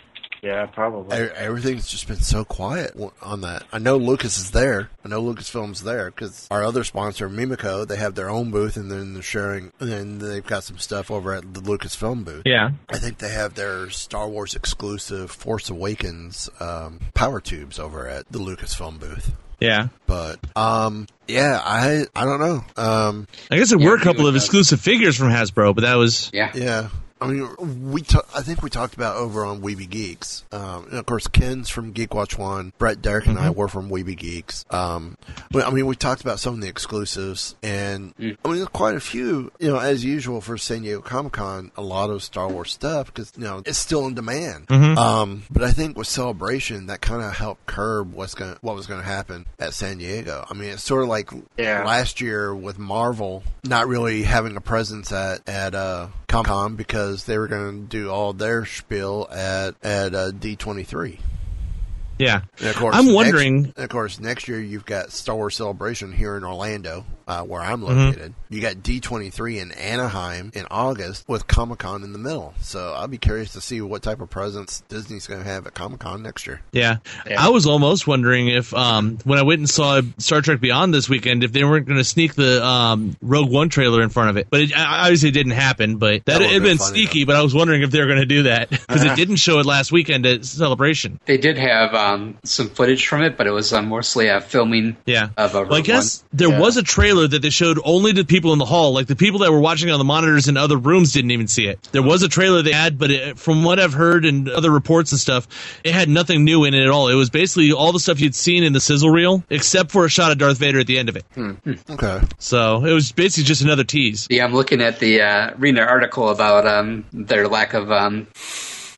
Speaker 2: Yeah, probably.
Speaker 3: e- everything's just been so quiet w- on that. I know Lucas is there. I know Lucasfilm's there because our other sponsor, Mimico, they have their own booth and then they're sharing, and then they've got some stuff over at the Lucasfilm booth.
Speaker 1: Yeah.
Speaker 3: I think they have their Star Wars exclusive Force Awakens um, power tubes over at the Lucasfilm booth.
Speaker 1: Yeah.
Speaker 3: But um, yeah, I I don't know. Um,
Speaker 1: I guess there were a
Speaker 11: we
Speaker 1: couple
Speaker 11: would
Speaker 1: of
Speaker 11: have-
Speaker 1: exclusive figures from Hasbro, but that was
Speaker 11: Yeah.
Speaker 3: yeah, I mean we ta- I think we talked about over on Weeby Geeks. Um, and of course, Ken's from Geek Watch One. Brett, Derek, and I were from Weeby Geeks. Um, but I mean we talked about some of the exclusives, and I mean there's quite a few. You know, as usual for San Diego Comic Con, a lot of Star Wars stuff because you know it's still in demand. Um, but I think with celebration, that kind of helped curb what's going to what was going to happen at San Diego. I mean, it's sort of like
Speaker 2: Yeah.
Speaker 3: last year with Marvel not really having a presence at at uh, Comic Con because they were going to do all their spiel at at uh, D23.
Speaker 1: yeah.
Speaker 3: And of course,
Speaker 1: I'm
Speaker 3: next-
Speaker 1: wondering-
Speaker 3: and of course, next year you've got Star Wars Celebration here in Orlando, uh, where I'm
Speaker 1: Mm-hmm.
Speaker 3: located. You got D23 in Anaheim in August with Comic Con in the middle. So I'll be curious to see what type of presence Disney's going to have at Comic Con next year.
Speaker 1: Yeah.
Speaker 2: Yeah.
Speaker 1: I was almost wondering if um when I went and saw Star Trek Beyond this weekend if they weren't going to sneak the um Rogue One trailer in front of it. But it I- obviously it didn't happen, but that,
Speaker 3: That would've
Speaker 1: it'd
Speaker 3: been
Speaker 1: been
Speaker 3: funny,
Speaker 1: sneaky, but I was wondering if they were going to do that cuz it didn't show it last weekend at Celebration.
Speaker 11: They did have um, some footage from it, but it was uh, mostly a filming
Speaker 1: yeah.
Speaker 11: of a
Speaker 1: Well, I
Speaker 11: Rogue
Speaker 1: guess
Speaker 11: One.
Speaker 1: there was a trailer that they showed only to people in the hall. Like the people that were watching on the monitors in other rooms didn't even see it. There was a trailer they had, but it, from what I've heard and other reports and stuff, it had nothing new in it at all. It was basically all the stuff you'd seen in the sizzle reel, except for a shot of Darth Vader at the end of it.
Speaker 11: Hmm.
Speaker 3: Okay.
Speaker 1: So it was basically just another tease.
Speaker 11: Yeah, I'm looking at the uh, reading an article about um, their lack of um,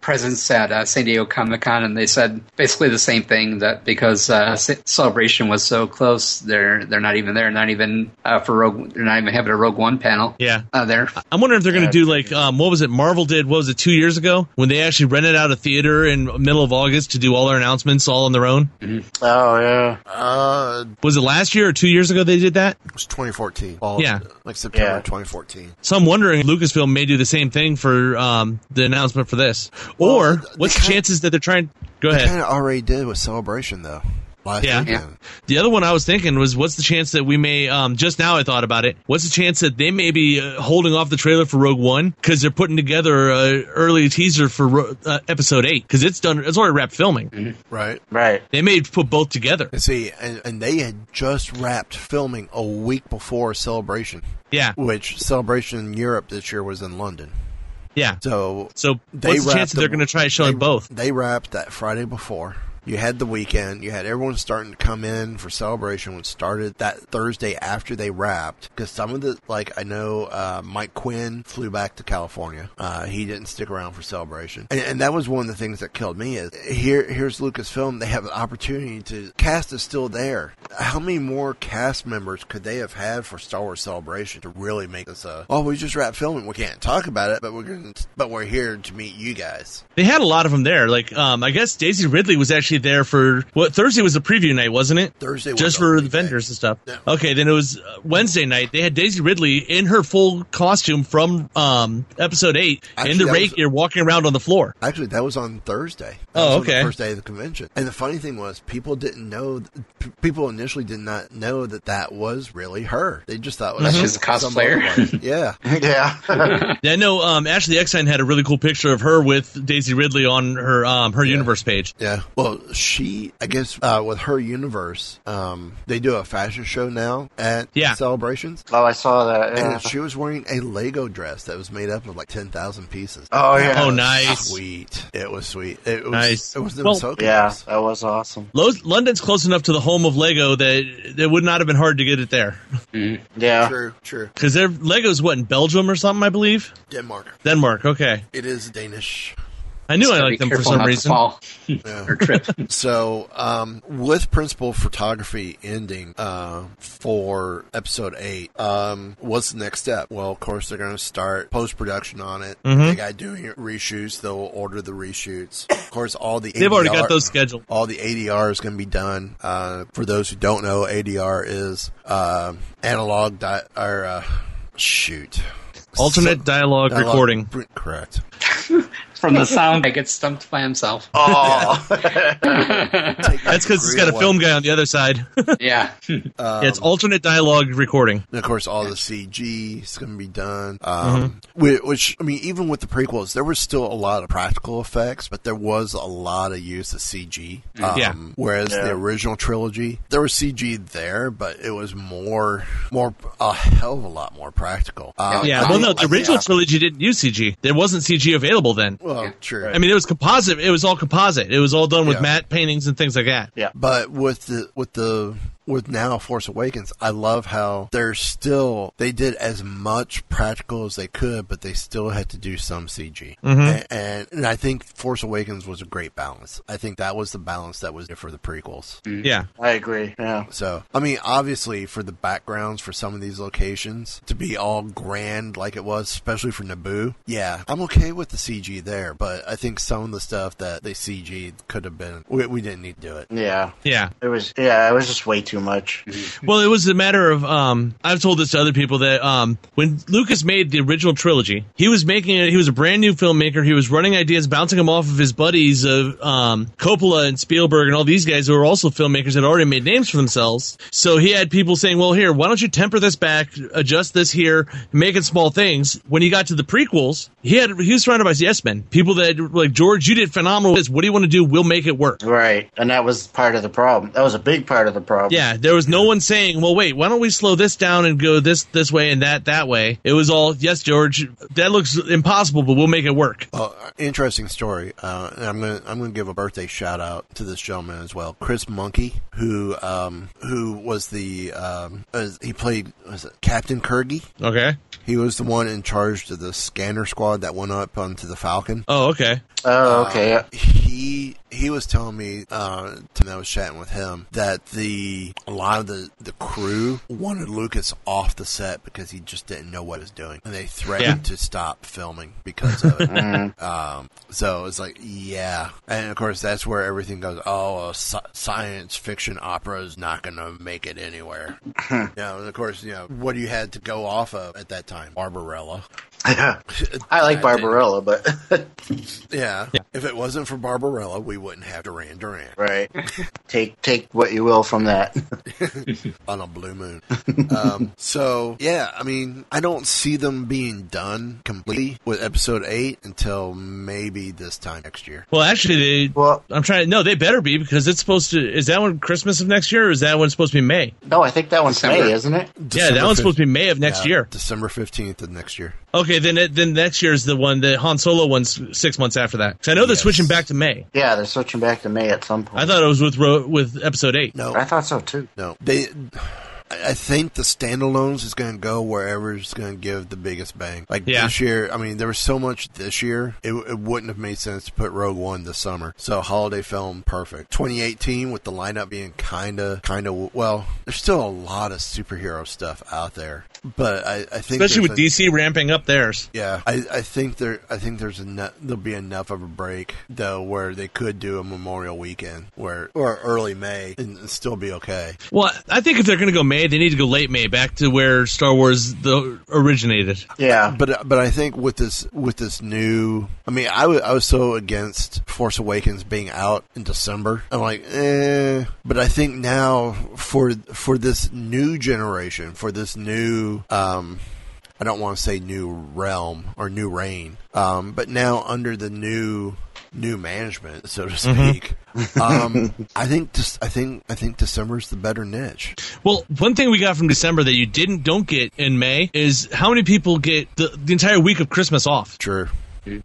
Speaker 11: presence at uh, San Diego Comic Con, and they said basically the same thing that because uh, Ce- Celebration was so close, they're they're not even there, not even uh, for Rogue, they're not even having a Rogue One panel.
Speaker 1: Yeah.
Speaker 11: uh, there.
Speaker 1: I'm wondering if they're going to do like um, what was it Marvel did? What was it two years ago when they actually rented out a theater in middle of August to do all their announcements all on their own?
Speaker 11: Hmm.
Speaker 2: Oh yeah.
Speaker 3: Uh, it
Speaker 1: Was it last year or two years ago they did that?
Speaker 3: was 2014. Fall-
Speaker 1: Yeah.
Speaker 3: Like September
Speaker 2: Yeah.
Speaker 3: 2014.
Speaker 1: So I'm wondering, if Lucasfilm may do the same thing for um, the announcement for this,
Speaker 3: Well,
Speaker 1: or
Speaker 3: they
Speaker 1: what's the
Speaker 3: kinda-
Speaker 1: chances that they're trying? Go
Speaker 3: They
Speaker 1: ahead.
Speaker 3: kind of already did with Celebration, though. Last
Speaker 1: Yeah.
Speaker 3: weekend.
Speaker 1: The other one I was thinking was, what's the chance that we may? Um, just now I thought about it. What's the chance that they may be uh, holding off the trailer for Rogue One because they're putting together a early teaser for Ro- uh, Episode Eight because it's done. It's already wrapped filming.
Speaker 3: Right.
Speaker 2: Right.
Speaker 1: They may put both together.
Speaker 3: And see, and, and they had just wrapped filming a week before Celebration,
Speaker 1: Yeah,
Speaker 3: which Celebration in Europe this year was in London.
Speaker 1: yeah.
Speaker 3: So
Speaker 1: So
Speaker 3: They
Speaker 1: what's the
Speaker 3: wrapped
Speaker 1: chance that they're
Speaker 3: them-
Speaker 1: going to try showing both?
Speaker 3: They wrapped that Friday before. You had the weekend. You had everyone starting to come in for celebration, which started that Thursday after they wrapped. Because some of the, like, I know uh, Mike Quinn flew back to California. Uh, he didn't stick around for celebration, and, and that was one of the things that killed me. Is here, here's Lucasfilm. They have an opportunity to cast is still there. How many more cast members could they have had for Star Wars Celebration to really make this a? Oh, we just wrapped filming. We can't talk about it, but we're going to but we're here to meet you guys.
Speaker 1: They had a lot of them there. Like, um, I guess Daisy Ridley was actually there for what Thursday was the preview night, wasn't it?
Speaker 3: Thursday was
Speaker 1: just
Speaker 3: the
Speaker 1: for
Speaker 3: preview
Speaker 1: the
Speaker 3: night.
Speaker 1: vendors and stuff.
Speaker 3: Yeah.
Speaker 1: Okay, then it was uh, Wednesday night. They had Daisy Ridley in her full costume from um, episode eight in
Speaker 3: Actually,
Speaker 1: the
Speaker 3: that
Speaker 1: rake
Speaker 3: was-
Speaker 1: gear, walking around on the floor.
Speaker 3: Actually, that was on Thursday. That
Speaker 1: Oh,
Speaker 3: was on
Speaker 1: okay.
Speaker 3: the first day of the convention. And the funny thing was, people didn't know. p- People initially did not know that that was really her. They just thought it was
Speaker 1: Mm-hmm.
Speaker 11: Mhm. She's a
Speaker 3: some
Speaker 11: cosplayer.
Speaker 3: other one. yeah.
Speaker 2: Yeah.
Speaker 1: Yeah, I know um, Ashley Eckstein had a really cool picture of her with Daisy Ridley on her um, her universe page.
Speaker 3: Yeah. Well, she, I guess, uh, with her universe, um, they do a fashion show now at
Speaker 1: Yeah.
Speaker 3: celebrations.
Speaker 2: oh, I saw that. Yeah.
Speaker 11: Uh-huh.
Speaker 3: And she was wearing a Lego dress that was made up of like 10,000 pieces.
Speaker 2: Oh yeah.
Speaker 1: Oh, nice.
Speaker 3: Sweet. It was sweet. It was,
Speaker 1: Nice.
Speaker 3: it was the
Speaker 1: Well-
Speaker 3: Ahsoka
Speaker 2: Yeah,
Speaker 3: dress.
Speaker 2: that was awesome.
Speaker 1: Lo- London's close enough to the home of Lego that it would not have been hard to get it there
Speaker 2: Yeah.
Speaker 3: True, true.
Speaker 1: because their Legos what in Belgium or something, I believe.
Speaker 3: Denmark.
Speaker 1: Denmark. Okay,
Speaker 3: It is Danish.
Speaker 1: I knew
Speaker 11: Just
Speaker 1: I
Speaker 11: gotta
Speaker 1: liked
Speaker 11: be
Speaker 1: them for
Speaker 11: careful
Speaker 1: some
Speaker 11: not to
Speaker 1: reason.
Speaker 11: fall
Speaker 3: Yeah.
Speaker 11: or trip.
Speaker 3: So, um, with principal photography ending uh, for episode eight, um, what's the next step? Well, of course, they're going to start post production on it.
Speaker 1: Mm-hmm.
Speaker 3: They got doing reshoots. They'll order the reshoots. Of course, all the
Speaker 1: They've already got
Speaker 3: ADR
Speaker 1: those scheduled.
Speaker 3: All the ADR is going to be done. Uh, for those who don't know, ADR is uh, analog di- or uh, shoot
Speaker 1: Alternate
Speaker 3: So-
Speaker 1: dialogue,
Speaker 3: dialogue-
Speaker 1: recording.
Speaker 3: Correct.
Speaker 11: From the sound, I get stumped by himself.
Speaker 2: Oh,
Speaker 1: That's because it's got a film guy on the other side.
Speaker 11: Yeah,
Speaker 3: Um,
Speaker 1: Yeah, it's alternate dialogue recording.
Speaker 3: And of course, all the CG is going to be done. Um,
Speaker 1: Mm-hmm.
Speaker 3: whi- Which, I mean, even with the prequels, there was still a lot of practical effects, but there was a lot of use of CG. Um,
Speaker 1: Yeah.
Speaker 3: Whereas the
Speaker 2: Yeah.
Speaker 3: original trilogy, there was CG there, but it was more, more a hell of a lot more practical. Um,
Speaker 1: Yeah,
Speaker 3: I
Speaker 1: well,
Speaker 3: think-
Speaker 1: no, the
Speaker 3: I think-
Speaker 1: original trilogy didn't use CG. There wasn't CG available then.
Speaker 3: Well, true.
Speaker 1: I mean, it was composite. It was all composite. It was all done with
Speaker 3: Yeah.
Speaker 1: matte paintings and things like that.
Speaker 2: yeah.
Speaker 3: But with the with the with now Force Awakens, I love how they're still they did as much practical as they could, but they still had to do some CG. And, and and I think Force Awakens was a great balance. I think that was the balance that was there for the prequels.
Speaker 1: Yeah.
Speaker 2: I agree. Yeah.
Speaker 3: So I mean, obviously for the backgrounds for some of these locations to be all grand like it was, especially for Naboo. Yeah, I'm okay with the CG there, but I think some of the stuff that they CG could have been we, we didn't need to do it.
Speaker 2: Yeah.
Speaker 1: Yeah.
Speaker 2: It was. Yeah. It was just way too too much.
Speaker 1: well, it was a matter of um, I've told this to other people that um, when Lucas made the original trilogy, he was making it. He was a brand new filmmaker. He was running ideas, bouncing them off of his buddies of um, Coppola and Spielberg and all these guys who were also filmmakers that had already made names for themselves. So he had people saying, "Well, here, why don't you temper this back, adjust this here, make it small things." When he got to the prequels, he had he was surrounded by yes men, people that like George, you did phenomenal. This, what do you want to do? We'll make it work.
Speaker 2: Right, and that was part of the problem. That was a big part of the
Speaker 1: Yeah,
Speaker 2: problem.
Speaker 1: there was no one saying, "Well, wait, why don't we slow this down and go this this way and that that way?" It was all, "Yes, George, that looks impossible, but we'll make it work."
Speaker 3: Uh, interesting story. Uh, and I'm gonna I'm gonna give a birthday shout out to this gentleman as well, Chris Monkey, who um who was the um uh, he played was it Captain Kurgi.
Speaker 1: Okay.
Speaker 3: He was the one in charge of the scanner squad that went up onto the Falcon.
Speaker 1: Oh, okay.
Speaker 2: Oh, okay.
Speaker 3: Uh, he he was telling me uh, when I was chatting with him that the a lot of the the crew wanted Lucas off the set because he just didn't know what he was doing, and they threatened to stop filming because of it. um, so it's like, yeah, and of course that's where everything goes. Oh, well, sci- science fiction opera is not going to make it anywhere. you know, and of course, you know what you had to go off of at that time, Barbarella.
Speaker 2: I like Barbarella, but
Speaker 3: Yeah. If it wasn't for Barbarella, we wouldn't have Duran Duran
Speaker 2: right. Take take what you will from that.
Speaker 3: on a blue moon. um, so, yeah, I mean, I don't see them being done completely with episode 8 until maybe this time next year.
Speaker 1: Well, actually, they.
Speaker 2: Well,
Speaker 1: I'm trying. No, they better be because it's supposed to. Is that one Christmas of next year, or is that one supposed to be May?
Speaker 2: no, I think that one's
Speaker 11: December.
Speaker 2: May, isn't it?
Speaker 1: yeah, that one's supposed to be May of next year.
Speaker 3: December 15th of next year.
Speaker 1: Okay, then it, then next year is the one the Han Solo one's six months after that. 'Cause I know they're
Speaker 3: Yes.
Speaker 1: switching back to May.
Speaker 2: Yeah, they're switching back to May at some point.
Speaker 1: I thought it was with Ro- with Episode Eight.
Speaker 3: No.
Speaker 2: I thought so too.
Speaker 3: No, they. I I think the standalones is going to go wherever it's going to give the biggest bang. Like
Speaker 1: Yeah.
Speaker 3: this year, I mean, there was so much this year, it, it wouldn't have made sense to put Rogue One this summer. So holiday film, perfect. 2018 with the lineup being kind of, kind of well, there's still a lot of superhero stuff out there, but I, I think
Speaker 1: Especially with
Speaker 3: there's a-
Speaker 1: DC ramping up theirs.
Speaker 3: yeah, I, I think there I think there's enough there'll be enough of a break though where they could do a Memorial Weekend where or early May and it'd still be okay.
Speaker 1: Well, I think if they're going to go May, they need to go late May, back to where Star Wars the, originated.
Speaker 2: Yeah,
Speaker 3: But but I think with this with this new, I mean, I wa- I was so against Force Awakens being out in December. I'm like, eh. But I think now for for this new generation, for this new um. I don't want to say new realm or new reign, um, but now under the new new management, so to speak, um, I think just I think I think December's the better niche.
Speaker 1: Well, one thing we got from December that you didn't don't get in May is how many people get the, the entire week of Christmas off,
Speaker 3: True.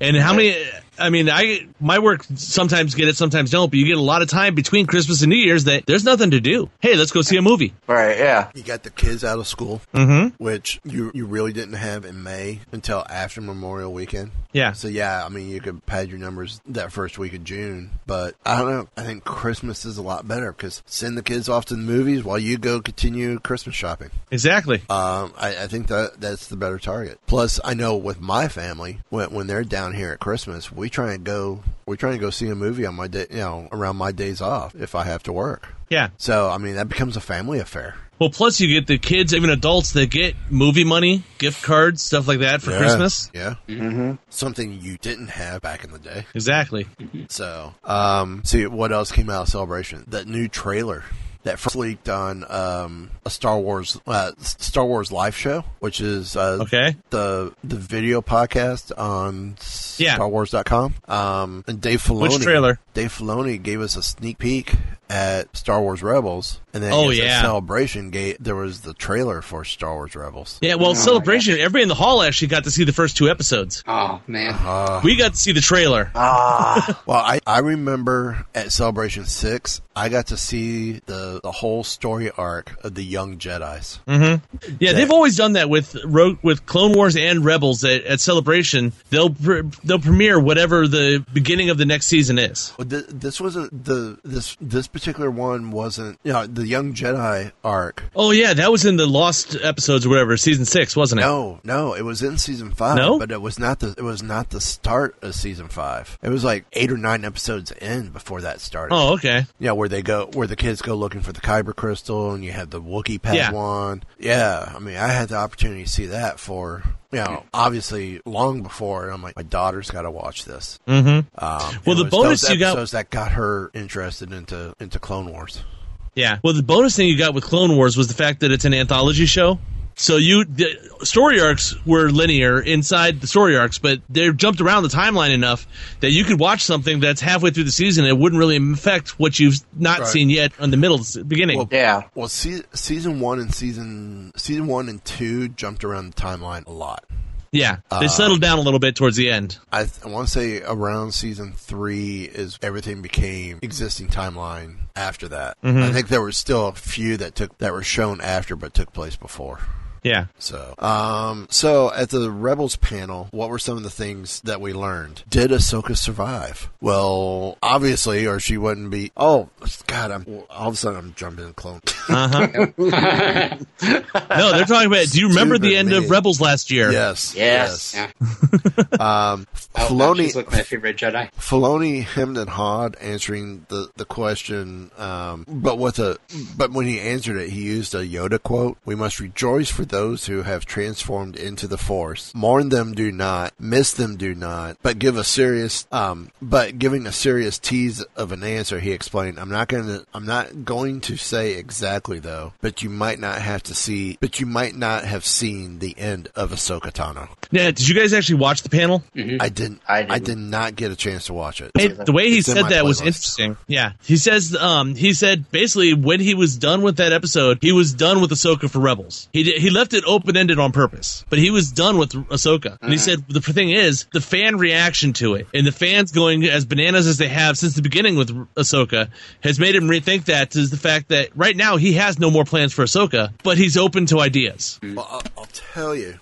Speaker 1: and how many. I mean, I my work sometimes get it, sometimes don't, but you get a lot of time between Christmas and New Year's that there's nothing to do. Hey, let's go see a movie.
Speaker 2: right. Yeah,
Speaker 3: You got the kids out of school, mm-hmm. which you you really didn't have in May until after Memorial Weekend.
Speaker 1: Yeah.
Speaker 3: So yeah, I mean you could pad your numbers that first week of June, but I don't know. I think Christmas is a lot better because send the kids off to the movies while you go continue Christmas shopping.
Speaker 1: Exactly.
Speaker 3: Um, I, I think that that's the better target. Plus, I know with my family, when when they're down here at Christmas, we try and go we try and go see a movie on my day, you know, around my days off if I have to work.
Speaker 1: Yeah.
Speaker 3: So I mean that becomes a family affair.
Speaker 1: Well, plus you get the kids, even adults, that get movie money, gift cards, stuff like that for
Speaker 3: Yeah.
Speaker 1: Christmas.
Speaker 3: Yeah. Something you didn't have back in the day.
Speaker 1: Exactly.
Speaker 3: So, um, see what else came out of Celebration? That new trailer that first leaked on um, a Star Wars uh, S- Star Wars live show, which is uh,
Speaker 1: Okay.
Speaker 3: the the video podcast on
Speaker 1: Yeah.
Speaker 3: StarWars.com. Um, and Dave Filoni.
Speaker 1: trailer?
Speaker 3: Dave Filoni gave us a sneak peek at Star Wars Rebels, and then I
Speaker 1: Oh,
Speaker 3: guess at
Speaker 1: yeah.
Speaker 3: Celebration Gate there was the trailer for Star Wars Rebels.
Speaker 1: Oh, Yeah, well, celebration. Everybody in the hall actually got to see the first two episodes.
Speaker 11: Oh man,
Speaker 1: We got to see the trailer.
Speaker 3: Well, I, I remember at Celebration 6, I got to see the, the whole story arc of the young Jedi's.
Speaker 1: Mm. yeah, they've always done that with Ro- with Clone Wars and Rebels at, at Celebration. They'll pre- they'll premiere whatever the beginning of the next season is.
Speaker 3: Well, th- this wasn't the this this particular one wasn't, you know, the Young Jedi arc.
Speaker 1: Oh yeah, that was in the Lost episodes or whatever, season six, wasn't it?
Speaker 3: No, no, it was in season five,
Speaker 1: No?
Speaker 3: but it was not the it was not the start of season five. It was like eight or nine episodes in before that started.
Speaker 1: Oh, okay.
Speaker 3: Yeah, where they go, where the kids go looking for the Kyber crystal, and you had the Wookiee
Speaker 1: Yeah.
Speaker 3: Padawan. Yeah. I mean, I had the opportunity to see that for, you know, obviously long before. And I'm like, my daughter's got to watch this.
Speaker 1: Mm-hmm.
Speaker 3: Um,
Speaker 1: Well, the
Speaker 3: it was
Speaker 1: bonus
Speaker 3: those
Speaker 1: you got-
Speaker 3: episodes that got her interested into into Clone Wars.
Speaker 1: Yeah. Well, the bonus thing you got with Clone Wars was the fact that it's an anthology show. So you the story arcs were linear inside the story arcs, but they jumped around the timeline enough that you could watch something that's halfway through the season. And it wouldn't really affect what you've not
Speaker 3: Right.
Speaker 1: seen yet on the middle s- beginning.
Speaker 2: Yeah.
Speaker 3: Well, se- season one and season season one and two jumped around the timeline a lot.
Speaker 1: yeah, they
Speaker 3: uh,
Speaker 1: settled down a little bit towards the end.
Speaker 3: I, th- I want to say around season three is everything became existing timeline after that.
Speaker 1: Mhm.
Speaker 3: I think there were still a few that took that were shown after but took place before.
Speaker 1: Yeah.
Speaker 3: So, um, so at the Rebels panel, what were some of the things that we learned? Did Ahsoka survive? Well, obviously, or she wouldn't be. Oh, God! I'm all of a sudden I'm jumping in clone.
Speaker 1: Uh huh. no, they're talking about. Do you remember the
Speaker 3: Stupid
Speaker 1: end
Speaker 3: me.
Speaker 1: of Rebels last year?
Speaker 3: Yes.
Speaker 2: Yes.
Speaker 11: Yeah.
Speaker 3: Um,
Speaker 11: Oh, no,
Speaker 3: Filoni-
Speaker 11: she's like my favorite Jedi.
Speaker 3: Filoni hemmed and hawed answering the, the question, um, but with a but when he answered it, he used a Yoda quote: "We must rejoice for those who have transformed into the Force. Mourn them, do not. Miss them, do not. But give a serious um, but giving a serious tease of an answer." He explained, "I'm not gonna I'm not going to say exactly though, but you might not have to see, but you might not have seen the end of Ahsoka Tano."
Speaker 1: Yeah. Did you guys actually watch the panel?
Speaker 3: I didn't,
Speaker 2: I
Speaker 3: I
Speaker 2: didn't.
Speaker 3: didn't. I did not get a chance to watch it.
Speaker 1: It- the way he
Speaker 3: It's in
Speaker 1: said
Speaker 3: my
Speaker 1: that was
Speaker 3: playlist.
Speaker 1: interesting. Yeah, he says um, he said basically when he was done with that episode, he was done with Ahsoka for Rebels. He did, he left it open ended on purpose, but he was done with Ahsoka. And he
Speaker 3: Mm-hmm.
Speaker 1: said the thing is the fan reaction to it and the fans going as bananas as they have since the beginning with Ahsoka has made him rethink that is the fact that right now he has no more plans for Ahsoka, but he's open to ideas.
Speaker 3: Well, I'll, I'll tell you,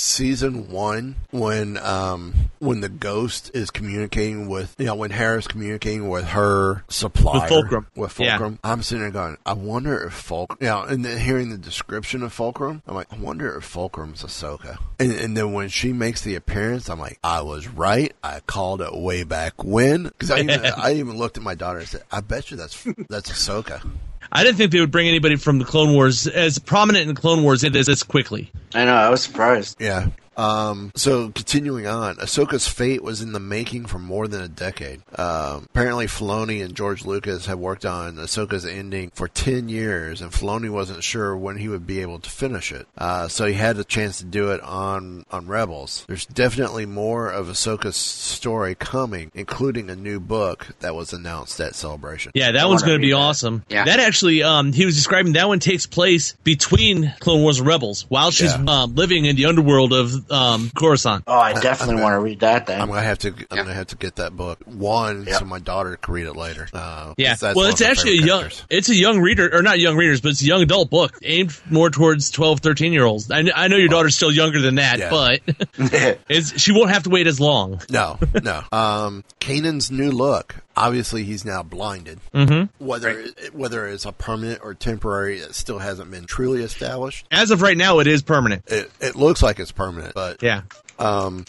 Speaker 3: season one, when um when the ghost is communicating with, you know, when Harris communicating with her supplier,
Speaker 1: With Fulcrum.
Speaker 3: with
Speaker 1: Yeah.
Speaker 3: Fulcrum, I'm sitting there going, I wonder if Fulcrum, you know, and then hearing the description of Fulcrum, I'm like, I wonder if Fulcrum's Ahsoka, and and then when she makes the appearance, I'm like, I was right, I called it way back when, because I even, I even looked at my daughter and said, I bet you that's that's Ahsoka.
Speaker 1: I didn't think they would bring anybody from the Clone Wars as prominent in Clone Wars as this quickly.
Speaker 2: I know. I was surprised.
Speaker 3: Yeah. Um, so continuing on, Ahsoka's fate was in the making for more than a decade. Um, apparently, Filoni and George Lucas had worked on Ahsoka's ending for ten years, and Filoni wasn't sure when he would be able to finish it. Uh, so he had a chance to do it on on Rebels. There's definitely more of Ahsoka's story coming, including a new book that was announced at Celebration.
Speaker 1: Yeah, that one's
Speaker 11: wanna
Speaker 1: going to be
Speaker 11: read that.
Speaker 1: awesome.
Speaker 11: Yeah.
Speaker 1: That actually, um, he was describing that one takes place between Clone Wars and Rebels while she's
Speaker 3: Yeah.
Speaker 1: um, living in the underworld of um, Coruscant.
Speaker 2: Oh, I definitely want to read that then.
Speaker 3: I'm gonna have to. I'm gonna have to get that book one so my daughter can read it later. Uh, 'cause
Speaker 1: Yeah,
Speaker 3: that's
Speaker 1: well,
Speaker 3: one
Speaker 1: it's
Speaker 3: of my
Speaker 1: actually a
Speaker 3: favorite
Speaker 1: young,
Speaker 3: characters.
Speaker 1: it's a young reader, or not young readers, but it's a young adult book aimed more towards 12, 13 year olds. I, kn- I know your daughter's still younger than that,
Speaker 3: Yeah.
Speaker 1: but it's, she won't have to wait as long.
Speaker 3: No, no. Um, Kanan's new look. Obviously, he's now blinded. Mm-hmm. Whether it, whether it's a permanent or temporary, it still hasn't been truly established.
Speaker 1: As of right now, it is permanent.
Speaker 3: It, it looks like it's permanent, but
Speaker 1: Yeah.
Speaker 3: um,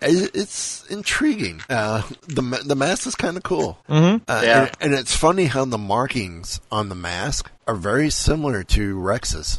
Speaker 3: it, it's intriguing. Uh, the ma- the mask is kind of cool. Mm-hmm. Uh,
Speaker 2: Yeah.
Speaker 3: and, and it's funny how the markings on the mask are very similar to Rex's.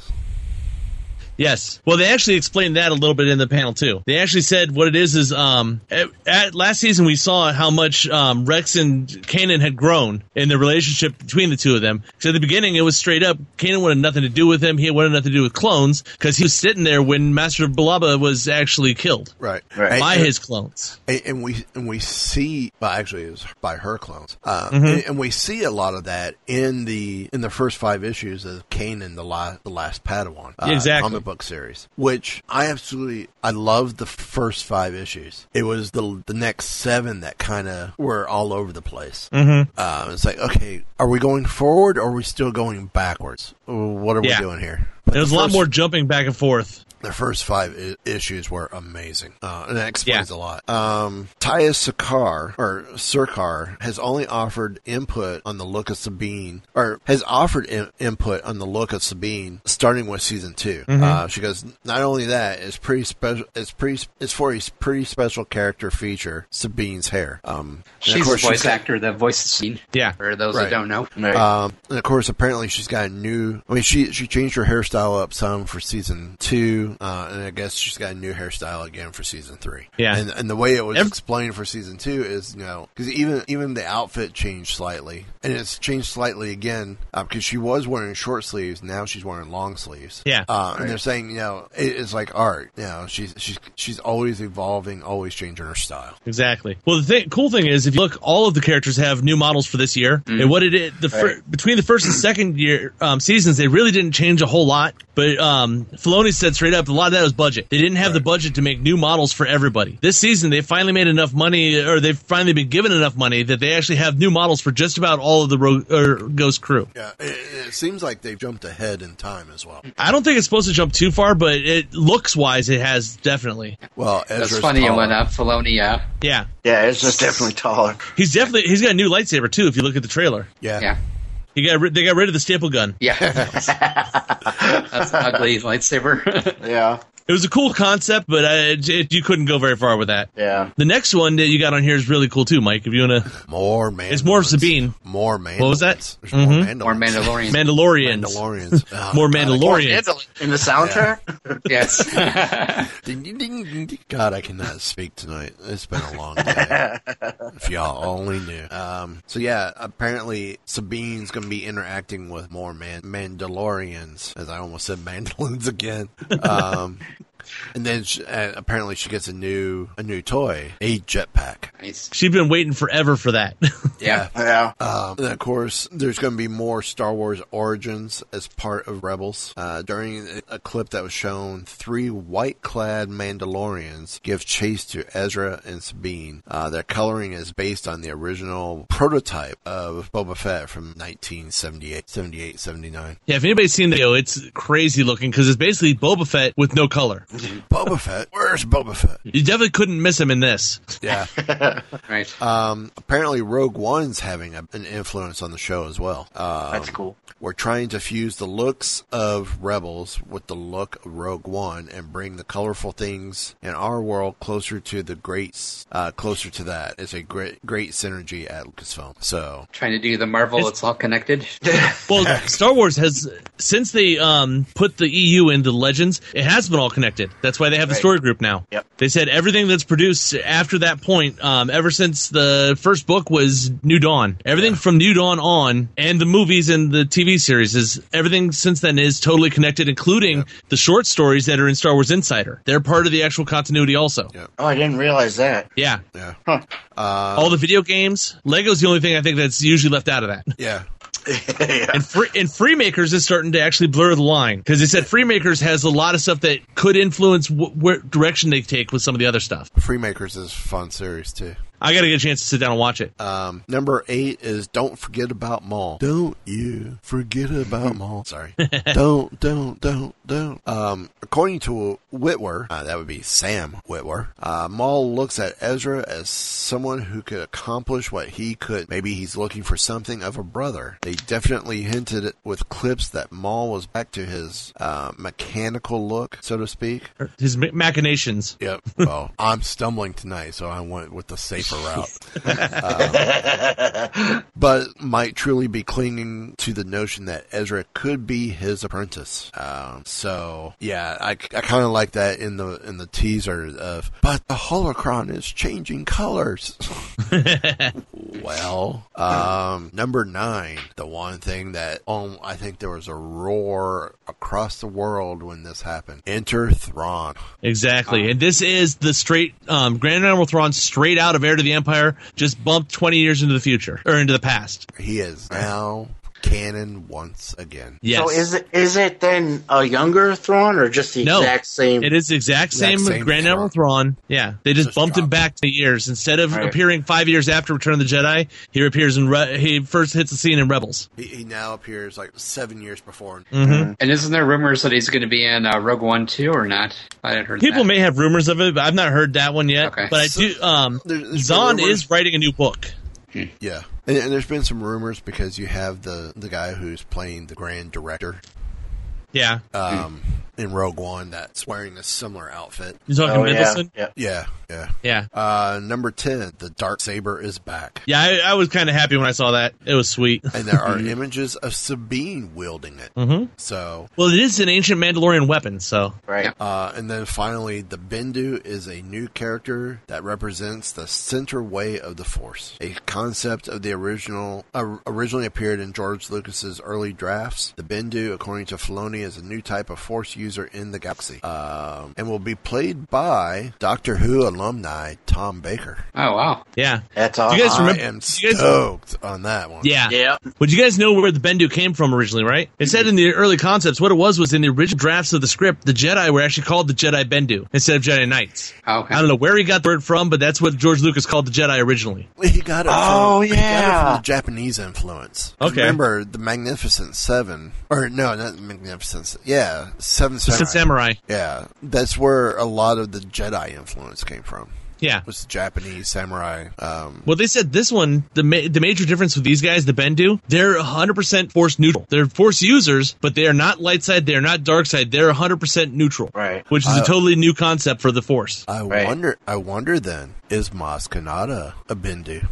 Speaker 1: Yes. Well, they actually explained that a little bit in the panel too. They actually said what it is is um at, at last season we saw how much um, Rex and Kanan had grown in the relationship between the two of them. So at the beginning it was straight up Kanan wanted nothing to do with him. He wanted nothing to do with clones because he was sitting there when Master Balaba was actually killed
Speaker 3: Right.
Speaker 2: Right.
Speaker 1: by
Speaker 3: And-
Speaker 1: his clones.
Speaker 3: and, and we and we see well actually it was by her clones uh,
Speaker 1: Mm-hmm.
Speaker 3: and, and we see a lot of that in the in the first five issues of Kanan the last the last Padawan uh,
Speaker 1: Exactly.
Speaker 3: comic book series which I absolutely I loved the first five issues it was the the next seven that kind of were all over the place mm-hmm. uh, it's like okay are we going forward or are we still going backwards what are
Speaker 1: Yeah.
Speaker 3: we doing here
Speaker 1: There was a lot more jumping back and forth.
Speaker 3: Their first five I- issues were amazing, uh, and that explains a lot. Um, Taya Sakar or Sirkar has only offered input on the look of Sabine, or has offered in- input on the look of Sabine, starting with season 2
Speaker 10: Mhm.
Speaker 3: Uh, she goes, not only that, it's pretty special. It's pretty. It's for a pretty special character feature, Sabine's hair. Um, and of
Speaker 11: She's the
Speaker 3: course
Speaker 11: voice
Speaker 3: got-
Speaker 11: actor that voices Sabine.
Speaker 1: Yeah.
Speaker 11: For those that don't know. Uh,
Speaker 3: um, and of course, apparently she's got a new. I mean, she she changed her hairstyle up some for season two, uh, and I guess she's got a new hairstyle again for season three.
Speaker 1: Yeah.
Speaker 3: and and the way it was explained for season two is you know because even even the outfit changed slightly, and it's changed slightly again uh, because she was wearing short sleeves, now she's wearing long sleeves.
Speaker 1: Yeah.
Speaker 3: uh, and they're
Speaker 1: Right.
Speaker 3: saying you know it, it's like art. You know, she's she's she's always evolving, always changing her style.
Speaker 1: Exactly. Well, the thing, cool thing is, if you look, all of the characters have new models for this year.
Speaker 3: Mm.
Speaker 1: And what it is, the fir-
Speaker 3: Right.
Speaker 1: between the first and second year um, seasons, they really didn't change a whole lot. But um, Filoni said straight up, a lot of that was budget. They didn't have the budget to make new models for everybody. This season, they finally made enough money, or they've finally been given enough money that they actually have new models for just about all of the Ro- or Ghost crew.
Speaker 3: Yeah, it, it seems like they've jumped ahead in time as well.
Speaker 1: I don't think it's supposed to jump too far, but it looks wise, it has definitely.
Speaker 3: Well,
Speaker 11: That's funny when uh, Filoni. Uh,
Speaker 1: Yeah.
Speaker 2: Yeah, it's just definitely taller.
Speaker 1: He's definitely he's got a new lightsaber too. If you look at the trailer,
Speaker 3: yeah,
Speaker 11: yeah,
Speaker 1: he got ri- they got rid of the staple gun.
Speaker 11: Yeah, that's an ugly lightsaber.
Speaker 2: yeah.
Speaker 1: It was a cool concept, but I, it, you couldn't go very far with that.
Speaker 2: Yeah.
Speaker 1: The next one that you got on here is really cool too, Mike. If you wanna
Speaker 3: more man,
Speaker 1: it's more of Sabine.
Speaker 3: More man.
Speaker 1: What was that?
Speaker 3: There's
Speaker 1: Mhm.
Speaker 3: more Mandalorians.
Speaker 1: Mandalorians.
Speaker 3: Mandalorians. Oh,
Speaker 1: more
Speaker 3: God, I-
Speaker 1: Mandalorians.
Speaker 2: In the soundtrack?
Speaker 11: yes.
Speaker 3: ding, ding, ding, ding, ding. God, I cannot speak tonight. It's been a long day. if y'all only knew. Um, so yeah, apparently Sabine's going to be interacting with more man- Mandalorians, as I almost said Mandalorians again. Um, and then she, uh, apparently she gets a new a new toy, a jetpack.
Speaker 1: She'd been waiting forever for that.
Speaker 11: Yeah.
Speaker 2: Yeah.
Speaker 3: Um, and of course, there's going to be more Star Wars Origins as part of Rebels. Uh, during a- a clip that was shown, three white clad Mandalorians give chase to Ezra and Sabine. Uh, their coloring is based on the original prototype of Boba Fett from 1978, 78, 79.
Speaker 1: yeah, if anybody's seen the video, it's crazy looking because it's basically Boba Fett with no color.
Speaker 3: Boba Fett? Where's Boba Fett?
Speaker 1: You definitely couldn't miss him in this.
Speaker 3: Yeah.
Speaker 11: right.
Speaker 1: Uh,
Speaker 3: Um, apparently, Rogue One's having a, an influence on the show as well. Um,
Speaker 2: That's cool.
Speaker 3: We're trying to fuse the looks of Rebels with the look of Rogue One and bring the colorful things in our world closer to the greats, uh, closer to that. It's a great, great synergy at Lucasfilm. So,
Speaker 11: Trying to do the Marvel. It's, all connected.
Speaker 1: Well, Star Wars has since they um, put the EU into Legends, it has been all connected. That's why they have the
Speaker 11: Right.
Speaker 1: story group now.
Speaker 2: Yep.
Speaker 1: They said everything that's produced after that point, um, ever since the first book was New Dawn, everything from New Dawn on, and the movies and the TV series is everything since then is totally connected, including the short stories that are in Star Wars Insider. They're part of the actual continuity, also.
Speaker 2: Oh, I didn't realize that.
Speaker 1: Yeah.
Speaker 3: Yeah.
Speaker 2: Huh.
Speaker 1: all the video games. Lego's the only thing I think that's usually left out of that.
Speaker 3: yeah.
Speaker 1: And free, and Freemakers is starting to actually blur the line because they said Freemakers has a lot of stuff that could influence wh- what direction they take with some of the other stuff.
Speaker 3: Freemakers is a fun series too.
Speaker 1: I got to get a chance to sit down and watch it.
Speaker 3: Um, number eight is Don't Forget About Maul. Don't you forget about Maul. Sorry. don't, don't, don't, don't. Um, according to Whitwer, uh, that would be Sam Whitwer, uh, Maul looks at Ezra as someone who could accomplish what he could. Maybe he's looking for something of a brother. They definitely hinted it with clips that Maul was back to his uh, mechanical look, so to speak.
Speaker 1: His ma- machinations.
Speaker 3: Yep. Well, I'm stumbling tonight, so I went with the safer route. Um, but might truly be clinging to the notion that Ezra could be his apprentice. Um, so yeah, I, I kind of like that in the in the teaser of, but the holocron is changing colors. well, um, number nine, the one thing that um, I think there was a roar across the world when this happened. Enter Thrawn.
Speaker 1: Exactly. And this is the straight um, Grand Admiral Thrawn straight out of Heir to the Empire, just bumped 20 years into the future or into the past.
Speaker 3: He is now canon once again.
Speaker 1: Yes.
Speaker 2: So is it is it then a younger Thrawn or just the
Speaker 1: No.
Speaker 2: exact same?
Speaker 1: It is the exact same,
Speaker 3: Exact same
Speaker 1: Grand Admiral Thrawn. Yeah, they just, bumped him back to years. Instead of
Speaker 2: Right.
Speaker 1: appearing five years after Return of the Jedi, he appears in Re- he first hits the scene in Rebels.
Speaker 3: He, he now appears like seven years before.
Speaker 1: hmm
Speaker 11: And isn't there rumors that he's going to be in uh, Rogue One too, or not? I had heard
Speaker 1: People
Speaker 11: that.
Speaker 1: may have rumors of it, but I've not heard that one yet.
Speaker 11: Okay.
Speaker 1: But I
Speaker 3: So-
Speaker 1: do. Um,
Speaker 3: There- there's been
Speaker 1: Zahn
Speaker 3: rumors.
Speaker 1: is writing a new book.
Speaker 3: Yeah, and, and there's been some rumors because you have the the guy who's playing the Grand Director
Speaker 1: Yeah,
Speaker 3: um, in Rogue One that's wearing a similar outfit.
Speaker 1: you talking
Speaker 2: Oh, yeah.
Speaker 1: Mendelssohn?
Speaker 2: yeah.
Speaker 3: Yeah, yeah.
Speaker 1: Yeah,
Speaker 3: Uh, number ten, the dark saber is back,
Speaker 1: yeah. I, I was kind of happy when I saw that. It was sweet.
Speaker 3: and there are images of Sabine wielding it.
Speaker 1: hmm
Speaker 3: So,
Speaker 1: Well, it is an ancient Mandalorian weapon, so
Speaker 2: Right.
Speaker 3: uh, and then finally, the Bendu is a new character that represents the center way of the Force, a concept of the original uh, originally appeared in George Lucas's early drafts. The Bendu, according to Filoni, is a new type of Force user in the galaxy, um, and will be played by Doctor Who alumni Tom Baker.
Speaker 11: Oh wow!
Speaker 1: yeah.
Speaker 2: That's all.
Speaker 1: You guys
Speaker 3: I
Speaker 1: remember-
Speaker 3: am
Speaker 1: you guys-
Speaker 3: stoked on that one.
Speaker 1: Yeah.
Speaker 2: Yeah.
Speaker 1: Would you guys know where the Bendu came from originally, right? It said in the early concepts, what it was was in the original drafts of the script, the Jedi were actually called the Jedi Bendu instead of Jedi Knights.
Speaker 11: Okay.
Speaker 1: I don't know where he got the word from, but that's what George Lucas called the Jedi originally.
Speaker 3: He got it.
Speaker 2: Oh,
Speaker 3: from, he got it
Speaker 2: yeah.
Speaker 3: from the Japanese influence. 'Cause
Speaker 1: Okay.
Speaker 3: remember the Magnificent Seven, or no, not the Magnificent. Se- Yeah, Seven
Speaker 1: It's
Speaker 3: Samurai.
Speaker 1: the samurai.
Speaker 3: Yeah, that's where a lot of the Jedi influence came from.
Speaker 1: Yeah.
Speaker 3: Was the Japanese samurai? Um,
Speaker 1: Well, they said this one, the ma- the major difference with these guys, the Bendu, they're 100% force neutral. They're force users, but they are not light side, they're not dark side, they're 100% neutral.
Speaker 2: Right.
Speaker 1: Which is
Speaker 3: Uh,
Speaker 1: a totally new concept for the force.
Speaker 3: I
Speaker 2: Right.
Speaker 3: wonder. I wonder. Then is Maz Kanata a Bindu?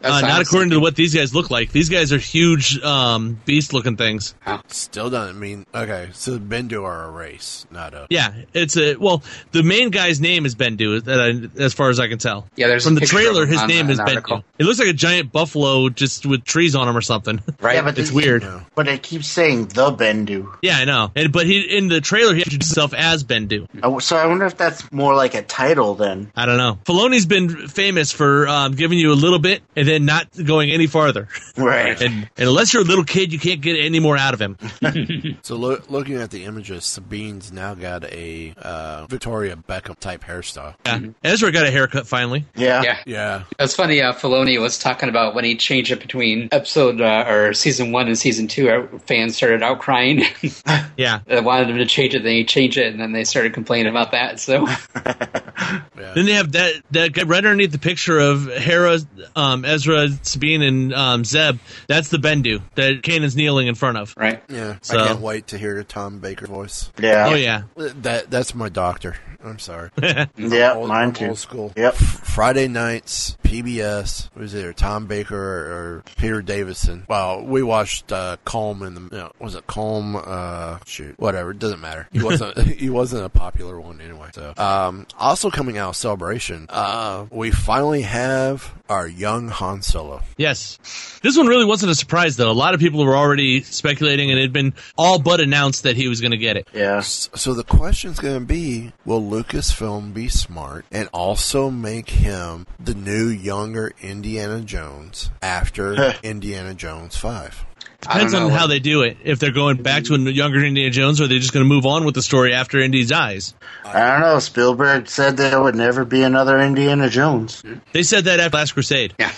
Speaker 11: That's
Speaker 1: Uh, not
Speaker 11: awesome.
Speaker 1: according to what these guys look like. These guys are huge, um, beast looking things.
Speaker 3: Still doesn't mean. Okay, so Bindu are a race, not a.
Speaker 1: Yeah, it's a well. The main guy's name is Bendu, that I, as far as I can tell.
Speaker 11: Yeah, there's a
Speaker 1: from the
Speaker 11: picture of
Speaker 1: trailer.
Speaker 11: him
Speaker 1: His
Speaker 11: on
Speaker 1: name
Speaker 11: the-
Speaker 1: is
Speaker 11: an
Speaker 1: Bendu.
Speaker 11: article.
Speaker 1: It looks like a giant buffalo, just with trees on him or something.
Speaker 2: Right. Yeah, but
Speaker 1: it's
Speaker 2: the-
Speaker 1: weird.
Speaker 3: No.
Speaker 2: But it keeps saying the Bendu.
Speaker 1: Yeah, I know. And but he in the trailer he introduced himself as Bendu.
Speaker 2: I w- So I wonder if that's more like a title then.
Speaker 1: I don't know. Filoni's been famous for um, giving you a little bit and then not going any farther.
Speaker 2: Right.
Speaker 1: And, and unless you're a little kid, you can't get any more out of him.
Speaker 3: So lo- looking at the images, Sabine's now got a uh, Victoria Beckham type hairstyle.
Speaker 1: Yeah. Ezra got a haircut finally.
Speaker 2: Yeah.
Speaker 11: Yeah,
Speaker 3: Yeah,
Speaker 11: that's funny. Uh, Filoni was talking about when he changed it between episode uh, or season one and season two. Our fans started out crying.
Speaker 1: Yeah.
Speaker 11: they wanted him to change it. Then he changed it, and then they started complaining about that. So
Speaker 1: Then they have that that guy right underneath the picture of Hera, um, Ezra, Sabine, and um, Zeb. That's the Bendu that Kanan's kneeling in front of.
Speaker 11: right.
Speaker 3: yeah.
Speaker 1: So-
Speaker 3: I can't wait to hear Tom Baker voice.
Speaker 2: Yeah.
Speaker 1: Oh yeah,
Speaker 3: That that's my doctor. I'm sorry.
Speaker 2: Yeah,
Speaker 3: Old-
Speaker 2: mine too.
Speaker 3: Old school.
Speaker 2: Yep.
Speaker 3: Friday nights, PBS. It was either Tom Baker or, or Peter Davison. Well, we watched uh, Calm in the. You know, was it Calm? Uh, shoot, whatever. It doesn't matter. He wasn't. he wasn't a popular one anyway. So, um, also coming out of Celebration, uh, we finally have our young Han Solo.
Speaker 1: yes. This one really wasn't a surprise though. A lot of people were already speculating, and it had been all but announced that he was going to get it.
Speaker 2: Yeah.
Speaker 3: S- So the question's going to be: Will Lucasfilm be smart and also make him the new, younger Indiana Jones after Indiana Jones Five?
Speaker 11: I
Speaker 1: Depends
Speaker 11: don't
Speaker 1: on
Speaker 11: know.
Speaker 1: how they do it. If they're going back to a younger Indiana Jones, or they're just going to move on with the story after Indy dies.
Speaker 2: I don't know. Spielberg said there would never be another Indiana Jones.
Speaker 1: They said that after Last Crusade.
Speaker 11: Yeah.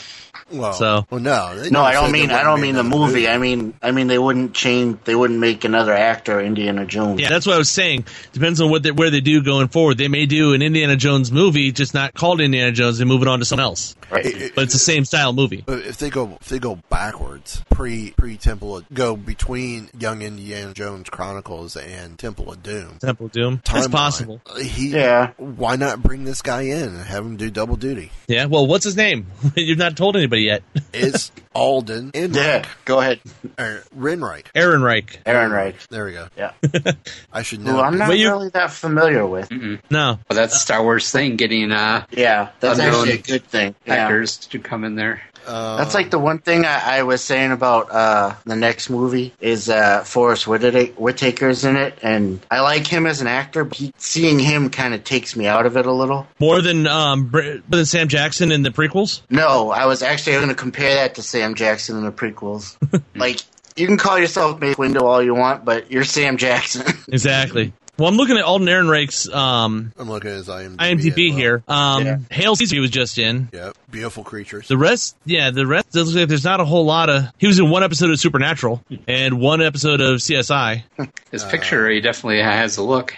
Speaker 3: Well,
Speaker 1: So-
Speaker 3: well, no, they
Speaker 2: No,
Speaker 3: never
Speaker 2: I
Speaker 3: said
Speaker 2: don't
Speaker 3: they
Speaker 2: mean I
Speaker 3: wouldn't
Speaker 2: don't
Speaker 3: make
Speaker 2: mean the
Speaker 3: another
Speaker 2: movie. I mean I mean they wouldn't change they wouldn't make another actor Indiana Jones.
Speaker 1: Yeah, that's what I was saying. Depends on what they, where they do going forward. They may do an Indiana Jones movie, just not called Indiana Jones, and move it on to something else.
Speaker 3: It- it-
Speaker 1: But it's the same style movie.
Speaker 3: But if they go if they go backwards, pre pre Temple of go between Young Indiana Jones Chronicles and Temple of Doom.
Speaker 1: Temple of Doom. That's
Speaker 3: timeline,
Speaker 1: possible.
Speaker 3: uh, He,
Speaker 2: Yeah.
Speaker 3: Why not bring this guy in and have him do double duty?
Speaker 1: Yeah. Well, what's his name? You've not told anybody yet.
Speaker 3: It's Alden and
Speaker 2: Yeah, go ahead.
Speaker 3: or Renreich.
Speaker 1: Aaron Reich.
Speaker 2: Aaron Wright.
Speaker 3: There we go.
Speaker 2: Yeah.
Speaker 3: I should know.
Speaker 2: Who I'm not
Speaker 1: Well, you-
Speaker 2: really that familiar with.
Speaker 1: No.
Speaker 11: Well, that's Star Wars thing getting uh,
Speaker 2: Yeah, that's
Speaker 11: Unknown
Speaker 2: actually a good thing. Yeah.
Speaker 11: actors to come in there.
Speaker 3: Uh,
Speaker 2: That's like the
Speaker 1: Um,
Speaker 2: one thing I, I was saying about uh, the next movie is uh, Forrest Whittak- Whitaker's in it, and I like him as an actor, but he, seeing him kind of takes me out of it a little.
Speaker 1: More than um Br- than Sam Jackson in the prequels.
Speaker 2: No, I was actually going to compare that to Sam Jackson in the prequels. like You can call yourself Mace Window all you want, but you're Sam Jackson.
Speaker 1: Exactly. Well, I'm looking at Alden Ehrenreich's um,
Speaker 3: uh, I'm looking at his IMDb.
Speaker 1: IMDb here. Um,
Speaker 3: Yeah.
Speaker 1: Hail Caesar he was just in.
Speaker 3: Yep. Beautiful creatures.
Speaker 1: The rest, yeah, the rest doesn't look like there's not a whole lot of. He was in one episode of Supernatural and one episode of CSI.
Speaker 11: His picture, he definitely has a look.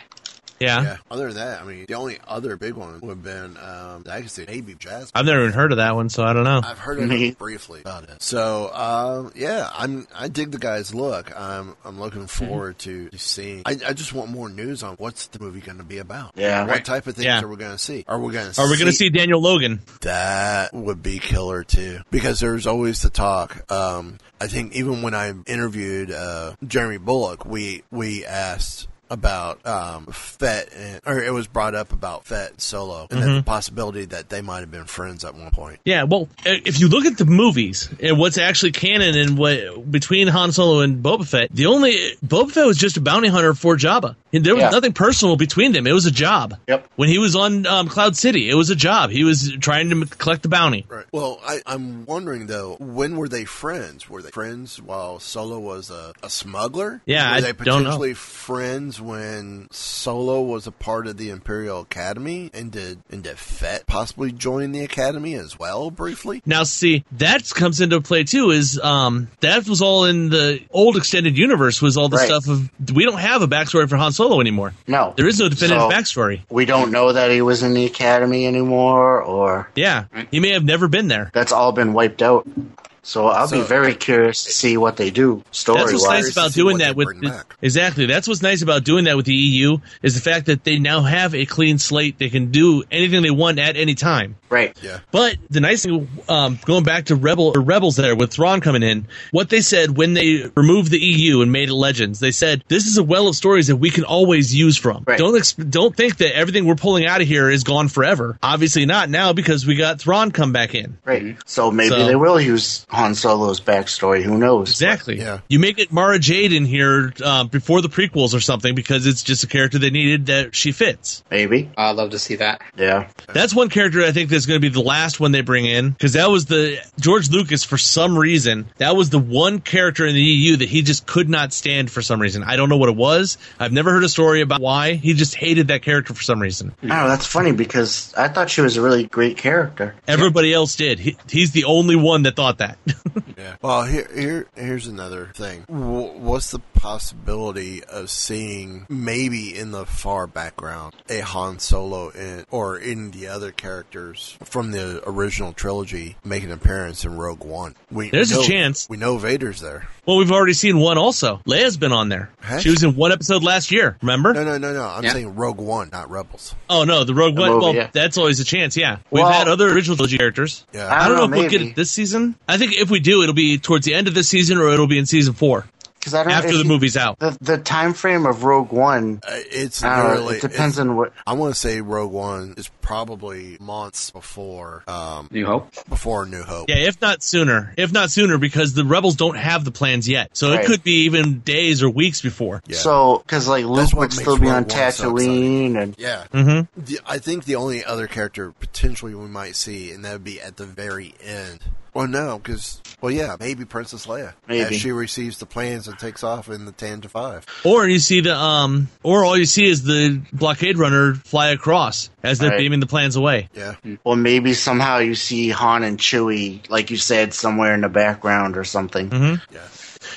Speaker 1: Yeah.
Speaker 3: Yeah. Other than that, I mean, the only other big one would have been um, I can say maybe Jasmine.
Speaker 1: I've never even heard of that one, so I don't know.
Speaker 3: I've heard of it briefly about it. So um, yeah, I'm I dig the guy's look. I'm I'm looking
Speaker 1: Mm-hmm.
Speaker 3: forward to, to seeing. I, I just want more news on what's the movie going to be about.
Speaker 2: Yeah.
Speaker 3: what
Speaker 2: Right.
Speaker 3: type of things
Speaker 1: Yeah.
Speaker 3: are we going to see? Are we going to
Speaker 1: Are we going to see Daniel Logan?
Speaker 3: That would be killer too, because there's always the talk. Um, I think even when I interviewed uh, Jeremy Bullock, we we asked about um, Fett, and, or it was brought up about Fett and Solo, and then the
Speaker 1: Mhm.
Speaker 3: possibility that they might have been friends at one point.
Speaker 1: Yeah, well, i- if you look at the movies and what's actually canon and what between Han Solo and Boba Fett, the only Boba Fett was just a bounty hunter for Jabba. And there was
Speaker 2: Yeah.
Speaker 1: nothing personal between them. It was a job.
Speaker 2: Yep.
Speaker 1: When he was on um, Cloud City, it was a job. He was trying to m- collect the bounty.
Speaker 3: Right. Well, I, I'm wondering though, when were they friends? Were they friends while Solo was a, a smuggler?
Speaker 1: Yeah,
Speaker 3: were
Speaker 1: I
Speaker 3: they
Speaker 1: don't know.
Speaker 3: potentially friends when Solo was a part of the Imperial Academy, and did and did Fett possibly join the Academy as well briefly?
Speaker 1: Now, see, that comes into play too. Is um, that was all in the old extended universe? Was all the
Speaker 2: Right.
Speaker 1: stuff of we don't have a backstory for Han Solo anymore.
Speaker 2: No.
Speaker 1: There is no definitive
Speaker 2: So,
Speaker 1: backstory.
Speaker 2: We don't know that he was in the academy anymore, or
Speaker 1: Yeah, he may have never been there.
Speaker 2: that's all been wiped out. So I'll
Speaker 3: So-
Speaker 2: be very curious to see what they do
Speaker 1: That's
Speaker 2: story
Speaker 1: what's nice
Speaker 2: wise.
Speaker 1: about
Speaker 3: see
Speaker 1: doing
Speaker 3: what they
Speaker 1: that with
Speaker 3: bring
Speaker 1: the-
Speaker 3: back.
Speaker 1: exactly. That's what's nice about doing that with the EU is the fact that they now have a clean slate. They can do anything they want at any time.
Speaker 2: Right.
Speaker 3: Yeah.
Speaker 1: But the nice thing, um, going back to Rebel or Rebels, there with Thrawn coming in, what they said when they removed the EU and made it Legends, they said this is a well of stories that we can always use from.
Speaker 2: Right.
Speaker 1: Don't ex- don't think that everything we're pulling out of here is gone forever. Obviously not now because we got Thrawn come back in.
Speaker 3: Mm-hmm.
Speaker 2: Right. So maybe
Speaker 1: So-
Speaker 2: they will use Han Solo's backstory. Who knows?
Speaker 1: Exactly.
Speaker 3: Yeah.
Speaker 1: You make it Mara Jade in here uh, before the prequels or something because it's just a character they needed that she fits.
Speaker 2: Maybe.
Speaker 11: I'd love to see that.
Speaker 2: Yeah.
Speaker 1: That's one character I think that's going to be the last one they bring in because that was the George Lucas for some reason that was the one character in the EU that he just could not stand for some reason. I don't know what it was. I've never heard a story about why he just hated that character for some reason.
Speaker 2: Oh, that's funny because I thought she was a really great character.
Speaker 1: Everybody else did. He, he's the only one that thought that.
Speaker 3: Yeah. Well, here, here, here's another thing. W- what's the possibility of seeing maybe in the far background a Han Solo in, or any of the other characters from the original trilogy make an appearance in Rogue One? We,
Speaker 1: There's
Speaker 3: we
Speaker 1: a
Speaker 3: know-
Speaker 1: chance.
Speaker 3: We know Vader's there.
Speaker 1: well, we've already seen one. Also, Leia's been on there.
Speaker 3: Has
Speaker 1: She was in one episode last year. Remember?
Speaker 3: No, no, no, no. I'm
Speaker 11: Yeah.
Speaker 3: saying Rogue One, not Rebels.
Speaker 1: Oh no, the Rogue
Speaker 2: The
Speaker 1: One.
Speaker 2: movie,
Speaker 1: well,
Speaker 2: yeah.
Speaker 1: that's always a chance. Yeah, we've
Speaker 2: Well-
Speaker 1: had other original trilogy characters.
Speaker 3: Yeah.
Speaker 2: Uh,
Speaker 1: I don't, know, if we'll get
Speaker 2: maybe.
Speaker 1: it this season. I think if we do, it'll be towards the end of this season, or it'll be in season four
Speaker 2: Because I don't
Speaker 1: after
Speaker 2: Uh, if
Speaker 1: the
Speaker 2: you-
Speaker 1: movie's out.
Speaker 2: The the time frame of Rogue One.
Speaker 3: Uh, It's
Speaker 2: I don't know,
Speaker 3: early.
Speaker 2: it depends on what.
Speaker 3: I want to say Rogue One is probably months before um,
Speaker 11: New Hope.
Speaker 3: before New Hope.
Speaker 1: Yeah, if not sooner, if not sooner, because the rebels don't have the plans yet, so it
Speaker 2: Right.
Speaker 1: could be even days or weeks before.
Speaker 3: Yeah.
Speaker 2: So because like Luke
Speaker 3: what
Speaker 2: would
Speaker 3: makes
Speaker 2: still be
Speaker 3: Rogue
Speaker 2: on
Speaker 3: One so
Speaker 2: Tatooine, and
Speaker 3: Yeah.
Speaker 1: hmm
Speaker 3: The, I think the only other character potentially we might see, and that would be at the very end. Well, no, because well, yeah, maybe Princess Leia
Speaker 2: Maybe.
Speaker 3: as she receives the plans and takes off in the ten to five.
Speaker 1: Or you see the um, or all you see is the blockade runner fly across as they're
Speaker 2: Right.
Speaker 1: beaming the plans away.
Speaker 3: Yeah,
Speaker 2: or maybe somehow you see Han and Chewie, like you said, somewhere in the background or something.
Speaker 3: yeah.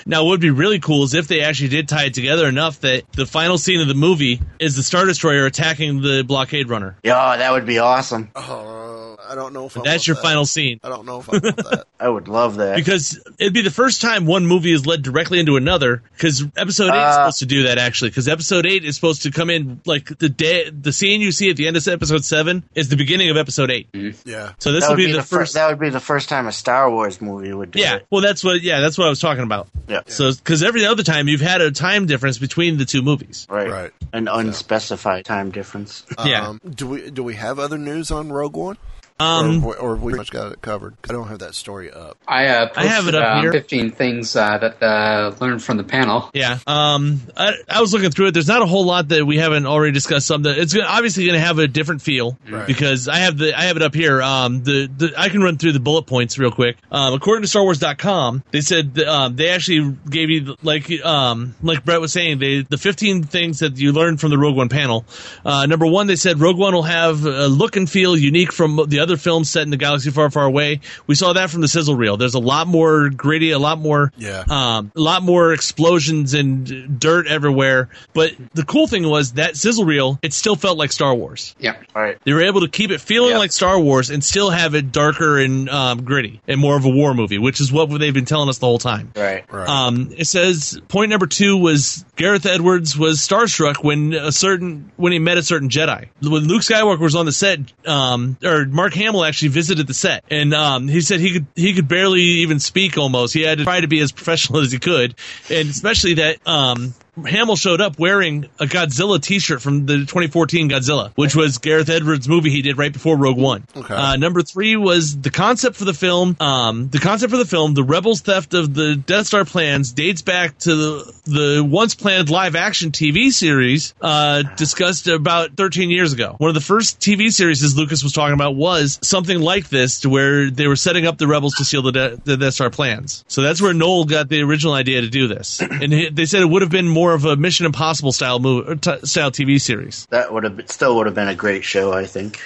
Speaker 1: Now, what would be really cool is if they actually did tie it together enough that the final scene of the movie is the Star Destroyer attacking the blockade runner.
Speaker 2: Yeah, that would be awesome.
Speaker 3: Oh, I don't know if I want
Speaker 1: That's your
Speaker 3: that.
Speaker 1: final scene.
Speaker 3: I don't know if I want that.
Speaker 2: I would love that.
Speaker 1: Because it'd be the first time one movie is led directly into another. Because episode eight is
Speaker 2: Uh,
Speaker 1: supposed to do that actually. Because episode eight is supposed to come in like the day, the scene you see at the end of episode seven is the beginning of episode eight.
Speaker 3: Yeah,
Speaker 1: So this
Speaker 2: Mm. that
Speaker 1: will be, the
Speaker 2: fir-
Speaker 1: first.
Speaker 2: that would be the first time a Star Wars movie would do
Speaker 1: yeah,
Speaker 2: it.
Speaker 1: well, that's what. Yeah, that's what I was talking about.
Speaker 2: Yeah.
Speaker 1: So because every other time you've had a time difference between the two movies.
Speaker 2: Right.
Speaker 3: right.
Speaker 2: An unspecified time difference.
Speaker 1: Yeah.
Speaker 3: Um, do we do we have other news on Rogue One?
Speaker 1: Um,
Speaker 3: or, or we pretty much got it covered. 'Cause I don't have that story up.
Speaker 11: I, uh, posted,
Speaker 1: I have it up
Speaker 11: uh,
Speaker 1: here.
Speaker 11: 15 things uh, that uh, learned from the panel.
Speaker 1: Yeah. Um, I, I was looking through it. There's not a whole lot that we haven't already discussed. Some that it's gonna, obviously going to have a different feel
Speaker 3: Right.
Speaker 1: because I have the I have it up here. Um, the, the I can run through the bullet points real quick. Um, according to StarWars.com, they said that, um, they actually gave you like um like Brett was saying they the 15 things that you learned from the Rogue One panel. Uh, number one, they said Rogue One will have a look and feel unique from the other films set in the galaxy far far away. We saw that from the sizzle reel. There's a lot more gritty, a lot more
Speaker 3: Yeah.
Speaker 1: um, a lot more explosions and dirt everywhere. But the cool thing was that sizzle reel, it still felt like Star Wars.
Speaker 11: Yeah.
Speaker 2: All right.
Speaker 1: They were able to keep it feeling
Speaker 2: Yeah.
Speaker 1: like Star Wars and still have it darker and um, gritty and more of a war movie, which is what they've been telling us the whole time.
Speaker 2: Right.
Speaker 3: Right.
Speaker 1: Um, it says point number two was Gareth Edwards was starstruck when a certain when he met a certain Jedi. When Luke Skywalker was on the set, um, or Mark Hamill actually visited the set, and um, he said he could he could barely even speak. Almost, he had to try to be as professional as he could, and especially that um, Hamill showed up wearing a Godzilla T-shirt from the 2014 Godzilla, which was Gareth Edwards' movie he did right before Rogue One.
Speaker 3: Okay.
Speaker 1: Uh, number three was the concept for the film. Um, the concept for the film, the Rebels' theft of the Death Star plans, dates back to the, the once planned live-action TV series uh, discussed about 13 years ago. One of the first TV series Lucas was talking about was something like this, to where they were setting up the Rebels to steal the, de- the Death Star plans. So that's where Noel got the original idea to do this, and he- they said it would have been more of a Mission Impossible style movie, or t- style TV series.
Speaker 2: That would have still would have been a great show, I think.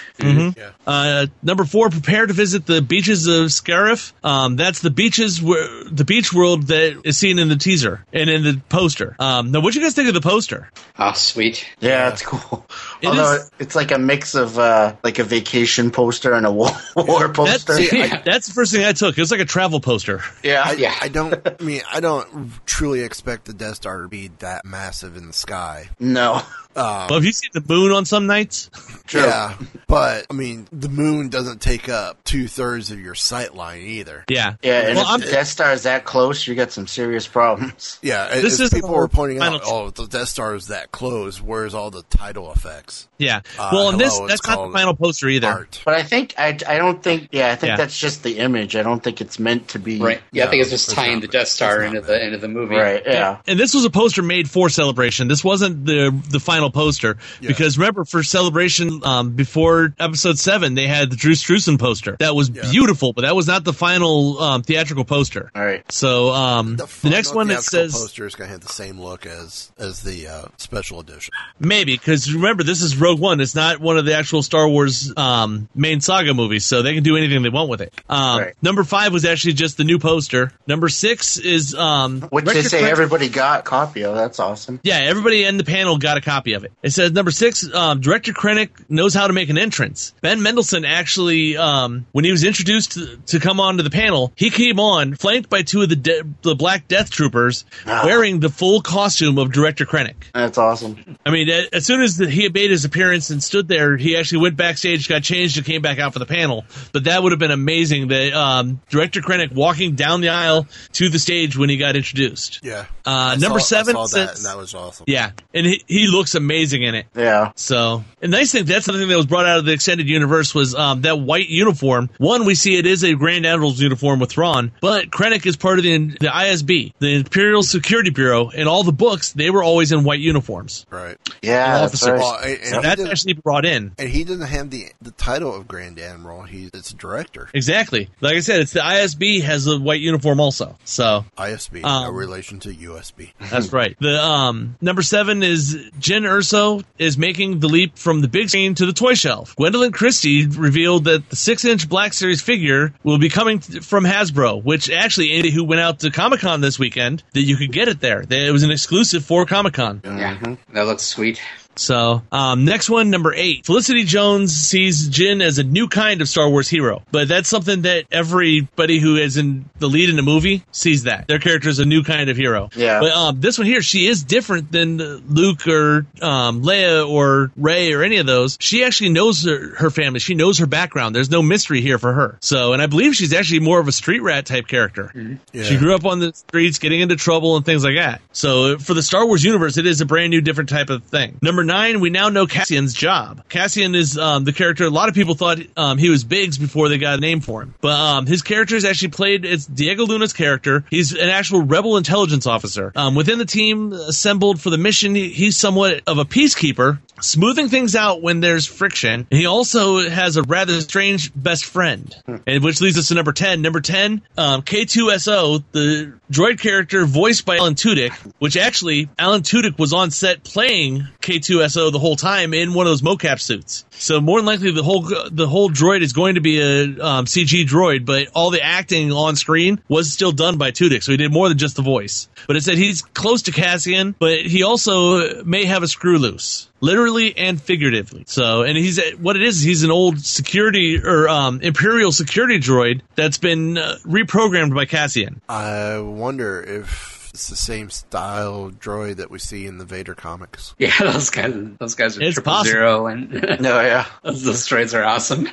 Speaker 1: Uh, number four, prepare to visit the beaches of Scarif. Um, that's the beaches where the beach world that is seen in the teaser and in the poster. Um, now, what you guys think of the poster?
Speaker 11: Oh, sweet.
Speaker 2: Yeah, it's cool.
Speaker 1: It
Speaker 2: Although
Speaker 1: is-
Speaker 2: it's like a mix of uh, like a vacation poster and a war war
Speaker 1: That's,
Speaker 2: poster.
Speaker 11: I-
Speaker 1: that's the first thing I took. It was like a travel poster.
Speaker 2: yeah.
Speaker 11: Yeah.
Speaker 3: I don't. I mean, I don't truly expect the Death Star to be that massive in the sky.
Speaker 2: No.
Speaker 3: Oh.
Speaker 1: Well, have you seen the moon on some nights?
Speaker 2: True.
Speaker 3: Yeah, but I mean, the moon doesn't take up two thirds of your sight line either.
Speaker 1: Yeah.
Speaker 2: Yeah, and
Speaker 1: Well, I'm-
Speaker 2: if the Death Star is that close, you got some serious problems.
Speaker 3: Yeah,
Speaker 1: This
Speaker 3: this
Speaker 1: is
Speaker 3: is
Speaker 1: the
Speaker 3: people were pointing
Speaker 1: final
Speaker 3: out, oh, the Death Star is that close. Where's all the tidal effects?
Speaker 1: Yeah.
Speaker 3: Uh,
Speaker 1: well, and this,
Speaker 3: hello, it's
Speaker 1: that's not the
Speaker 3: called
Speaker 1: final poster either.
Speaker 3: Art.
Speaker 2: But I think I, I don't think yeah I think
Speaker 1: Yeah.
Speaker 2: that's just the image. I don't think it's meant to be
Speaker 11: Right. Yeah, I think it's
Speaker 3: No,
Speaker 11: just
Speaker 3: it's
Speaker 11: tying
Speaker 3: not
Speaker 11: the
Speaker 3: bad.
Speaker 11: Death Star
Speaker 3: It's not
Speaker 11: into
Speaker 3: bad.
Speaker 11: the into the movie.
Speaker 2: Right. Yeah.
Speaker 1: And this was a poster made for Celebration. This wasn't the the final poster because remember for Celebration um, before Episode Seven they had the Drew Struzan poster that was beautiful, but that was not the final um, theatrical poster.
Speaker 2: All right.
Speaker 1: So um, the,
Speaker 3: final
Speaker 1: next one that
Speaker 3: theatrical
Speaker 1: says
Speaker 3: poster is going to have the same look as as the uh, special edition.
Speaker 1: maybe because remember this is Rogue One. It's not one of the actual Star Wars um, main saga movies, so they can do anything they want with it. Um,
Speaker 2: Right.
Speaker 1: Number five was actually just the new poster. Number six is um,
Speaker 2: Which they
Speaker 1: Record
Speaker 2: say
Speaker 1: Collector-
Speaker 2: everybody got a copy of. That's awesome.
Speaker 1: Yeah, everybody in the panel got a copy of it. It says number six, um, director Krennic knows how to make an entrance. Ben Mendelsohn actually, um, when he was introduced to, to come onto the panel, he came on flanked by two of the de- the Black Death Troopers wearing the full costume of director Krennic.
Speaker 2: That's awesome.
Speaker 1: I mean, a- as soon as the, he made his appearance and stood there, he actually went backstage, got changed, and came back out for the panel. But that would have been amazing. That um, director Krennic walking down the aisle to the stage when he got introduced.
Speaker 3: Yeah.
Speaker 1: Uh,
Speaker 3: I
Speaker 1: number
Speaker 3: saw- I
Speaker 1: seven
Speaker 3: saw that,
Speaker 1: says-
Speaker 3: and that was awesome.
Speaker 1: Yeah, and he, he looks amazing in it.
Speaker 2: Yeah.
Speaker 1: So, a nice thing that's something that was brought out of the extended universe was um, that white uniform. One, we see it is a Grand Admiral's uniform with Thrawn, but Krennic is part of the, the ISB, the Imperial Security Bureau, and all the books they were always in white uniforms.
Speaker 3: Right.
Speaker 2: Yeah. Ah, That's
Speaker 1: Officer.
Speaker 2: right.
Speaker 3: Well, and, and
Speaker 1: So
Speaker 3: he
Speaker 1: that's
Speaker 3: didn't-
Speaker 1: actually brought in.
Speaker 3: and he doesn't have the the title of Grand Admiral. He's it's director.
Speaker 1: Exactly. Like I said, it's the ISB has a white uniform also. So
Speaker 3: ISB, no
Speaker 1: Um,
Speaker 3: relation to USB.
Speaker 1: That's right. The um number seven is Jen Urso is making the leap from the big screen to the toy shelf. Gwendolyn Christie revealed that the six-inch Black Series figure will be coming th- from Hasbro, which actually Andy, who went out to Comic Con this weekend, that you could get it there. That It was an exclusive for Comic Con.
Speaker 11: Yeah. That looks sweet.
Speaker 1: So, um, next one, number eight. Felicity Jones sees Jin as a new kind of Star Wars hero, but that's something that everybody who is in the lead in the movie sees that their character is a new kind of hero.
Speaker 2: Yeah.
Speaker 1: But um, this one here, she is different than uh, Luke or um, Leia or Ray or any of those. She actually knows her, her family. She knows her background. There's no mystery here for her. So, and I believe she's actually more of a street rat type character.
Speaker 3: Yeah.
Speaker 1: She grew up on the streets, getting into trouble and things like that. So for the Star Wars universe, it is a brand new, different type of thing. Number nine, we now know Cassian's job. Cassian is um, the character. A lot of people thought um, he was Biggs before they got a name for him, but um, his character is actually played. It's Diego Luna's character. He's an actual rebel intelligence officer um, within the team assembled for the mission. He, he's somewhat of a peacekeeper, smoothing things out when there's friction. He also has a rather strange best friend, and which leads us to number ten. Number ten, um, K2SO, the droid character voiced by Alan Tudyk, which actually Alan Tudyk was on set playing K2SO the whole time in one of those mocap suits. So more than likely, the whole the whole droid is going to be a um, CG droid, but all the acting on screen was still done by Tudyk, so he did more than just the voice. But it said he's close to Cassian, but he also may have a screw loose literally and figuratively. So, and he's what it is. He's an old security or um, imperial security droid that's been uh, reprogrammed by Cassian.
Speaker 3: I wonder if it's the same style droid that we see in the Vader comics.
Speaker 11: Yeah, those guys, those guys are
Speaker 1: It's
Speaker 11: triple
Speaker 1: possible.
Speaker 11: zero, and
Speaker 2: No, Oh, yeah.
Speaker 11: those, those droids are awesome.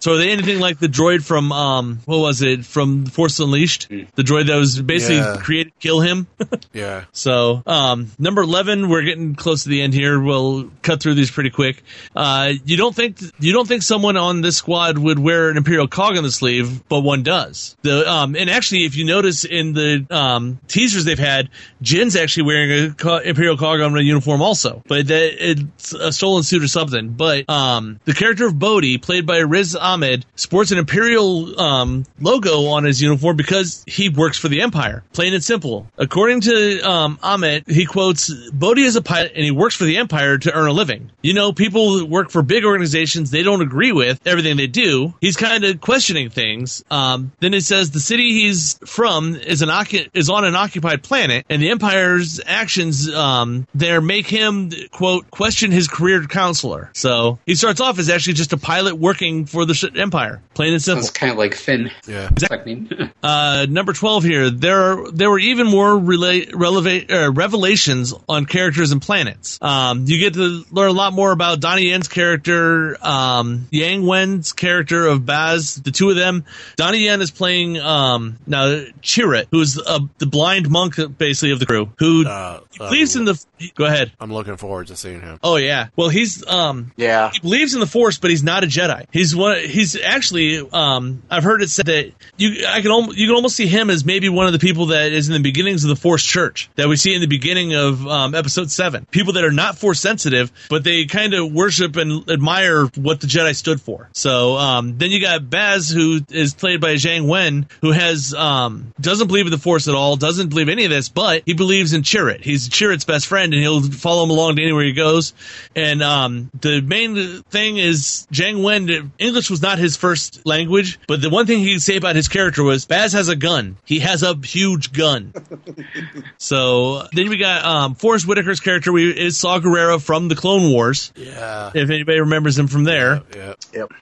Speaker 1: So, are they anything like the droid from um, what was it from Force Unleashed? The droid that was basically
Speaker 3: Yeah.
Speaker 1: created to kill him.
Speaker 3: Yeah.
Speaker 1: So, um, number 11, we're getting close to the end here. We'll cut through these pretty quick. Uh, you don't think, you don't think someone on this squad would wear an Imperial cog on the sleeve, but one does. The, um, and actually, if you notice in the, um, teasers they've had, Jin's actually wearing a co- Imperial cog on a uniform also, but that it's a stolen suit or something. But, um, the character of Bodhi, played by Riz Ahmed, sports an Imperial, um, logo on his uniform because he works for the Empire. Plain and simple. According to um, Ahmet, he quotes Bodhi is a pilot and he works for the Empire to earn a living. You know, people that work for big organizations, they don't agree with everything they do. He's kind of questioning things. Um, then it says the city he's from is an occu- is on an occupied planet, and the Empire's actions um, there make him quote question his career counselor. So he starts off as actually just a pilot working for the sh- Empire. Plain and simple.
Speaker 11: Sounds kind of like Finn.
Speaker 3: Yeah.
Speaker 11: I mean,
Speaker 1: Uh, number 12 here there are there were even more rela- releva- uh, revelations on characters and planets um, you get to learn a lot more about donnie yen's character um, yang wen's character of baz the two of them donnie yen is playing um, now chirrut who's uh, the blind monk basically of the crew who
Speaker 3: Uh, um,
Speaker 1: believes in the go ahead
Speaker 3: I'm looking forward to seeing him.
Speaker 1: oh yeah well he's um,
Speaker 2: Yeah.
Speaker 1: he believes in the force, but he's not a Jedi. He's one. He's actually. Um, I've heard it said that you. I can. Al- you can almost see him as maybe one of the people that is in the beginnings of the Force Church that we see in the beginning of um, Episode Seven. People that are not Force sensitive, but they kind of worship and admire what the Jedi stood for. So um, then you got Baz, who is played by Zhang Wen, who has um, doesn't believe in the Force at all, doesn't believe any of this, but he believes in Chirrut. He's Chirrut's best friend, and he'll follow him along to anywhere he goes. And um, the main thing is Zhang Wen. English was not his first language, but the one thing he could say about his character was Baz has a gun. He has a huge gun. so then we got um, Forrest Whitaker's character we, is Saw Gerrera from the Clone Wars.
Speaker 3: Yeah.
Speaker 1: If anybody remembers him from there.
Speaker 3: Yeah.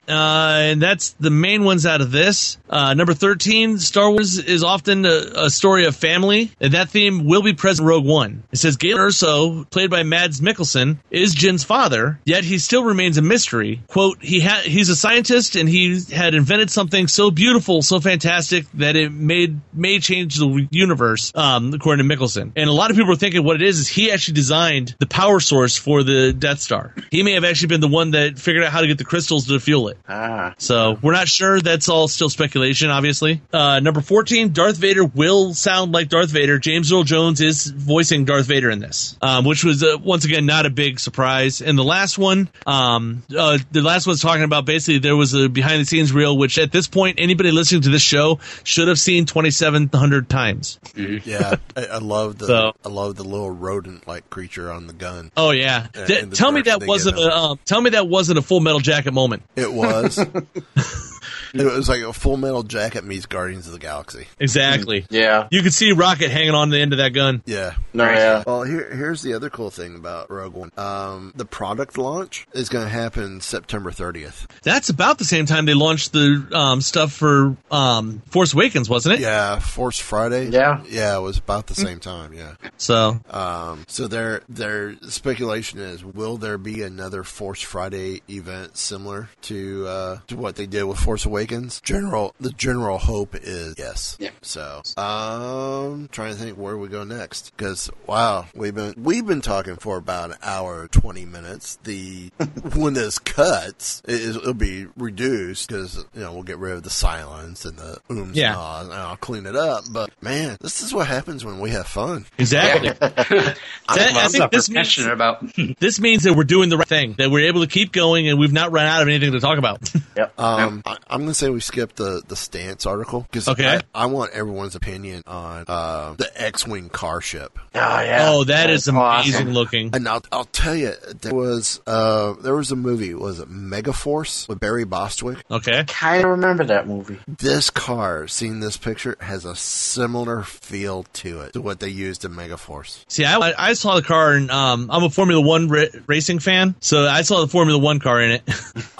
Speaker 1: Uh, and that's the main ones out of this. Uh, number 13, Star Wars is often a, a story of family, and that theme will be present in Rogue One. It says Galen Erso, played by Mads Mikkelsen, is Jin's father, yet he still remains a mystery. Quote, he ha- he's a scientist and he had invented something so beautiful, so fantastic that it made may change the universe, um, according to Mickelson. And a lot of people are thinking what it is is he actually designed the power source for the Death Star. He may have actually been the one that figured out how to get the crystals to fuel it.
Speaker 2: Ah.
Speaker 1: So we're not sure. That's all still speculation, obviously. Uh, number 14, Darth Vader will sound like Darth Vader. James Earl Jones is voicing Darth Vader in this, um, which was, uh, once again, not a big surprise. And the last one, um, uh, the last one's talking about basically there was a behind the scenes reel, which at this point, anybody listening to this show should have seen 2,700 times.
Speaker 3: Yeah. I, I love the
Speaker 1: So-
Speaker 3: I love the little rodent like creature on the gun.
Speaker 1: Oh, yeah.
Speaker 3: Uh,
Speaker 1: Th-
Speaker 3: and the
Speaker 1: tell me
Speaker 3: direction
Speaker 1: that
Speaker 3: they
Speaker 1: wasn't
Speaker 3: give
Speaker 1: a, um, tell me that wasn't a full metal jacket moment.
Speaker 3: It was. it was like a Full Metal Jacket meets Guardians of the Galaxy.
Speaker 1: Exactly.
Speaker 3: Mm-hmm.
Speaker 2: Yeah.
Speaker 1: You could see Rocket hanging on the end of that gun.
Speaker 3: Yeah.
Speaker 2: No, yeah. Oh,
Speaker 3: Well, here, here's the other cool thing about Rogue One. Um, the product launch is going to happen September 30th.
Speaker 1: That's about the same time they launched the um, stuff for um, Force Awakens, wasn't it?
Speaker 3: Yeah, Force Friday.
Speaker 2: Yeah.
Speaker 3: yeah, it was about the same time. Yeah.
Speaker 1: So
Speaker 3: Um, so their their speculation is: will there be another Force Friday event similar to uh, to what they did with Force Awakens. General, the general hope is yes. Yeah. So, um, trying to think where we go next because wow, we've been we've been talking for about an hour twenty minutes. The when this cuts, it, is- it'll be reduced because you know we'll get rid of the silence and the ooms
Speaker 1: Yeah.
Speaker 3: and ahs, and I'll clean it up. But man, this is what happens when we have fun.
Speaker 1: Exactly. That- I think this means,
Speaker 11: about.
Speaker 1: this means that we're doing the right thing, that we're able to keep going and we've not run out of anything to talk about.
Speaker 3: Um, I, I'm going to say we skipped the, the stance article because
Speaker 1: Okay.
Speaker 3: I, I want everyone's opinion on uh, the X-wing car ship.
Speaker 2: Oh, yeah.
Speaker 1: Oh, that is amazing looking.
Speaker 3: And I'll, I'll tell you, there was uh, there was a movie. Was it Megaforce with Barry Bostwick?
Speaker 1: Okay.
Speaker 2: Kind of remember that movie.
Speaker 3: This car, seeing this picture, has a similar feel to it to what they used in Megaforce.
Speaker 1: See, I, I- I saw the car, and um, I'm a Formula One ra- racing fan, so I saw the Formula One car in it.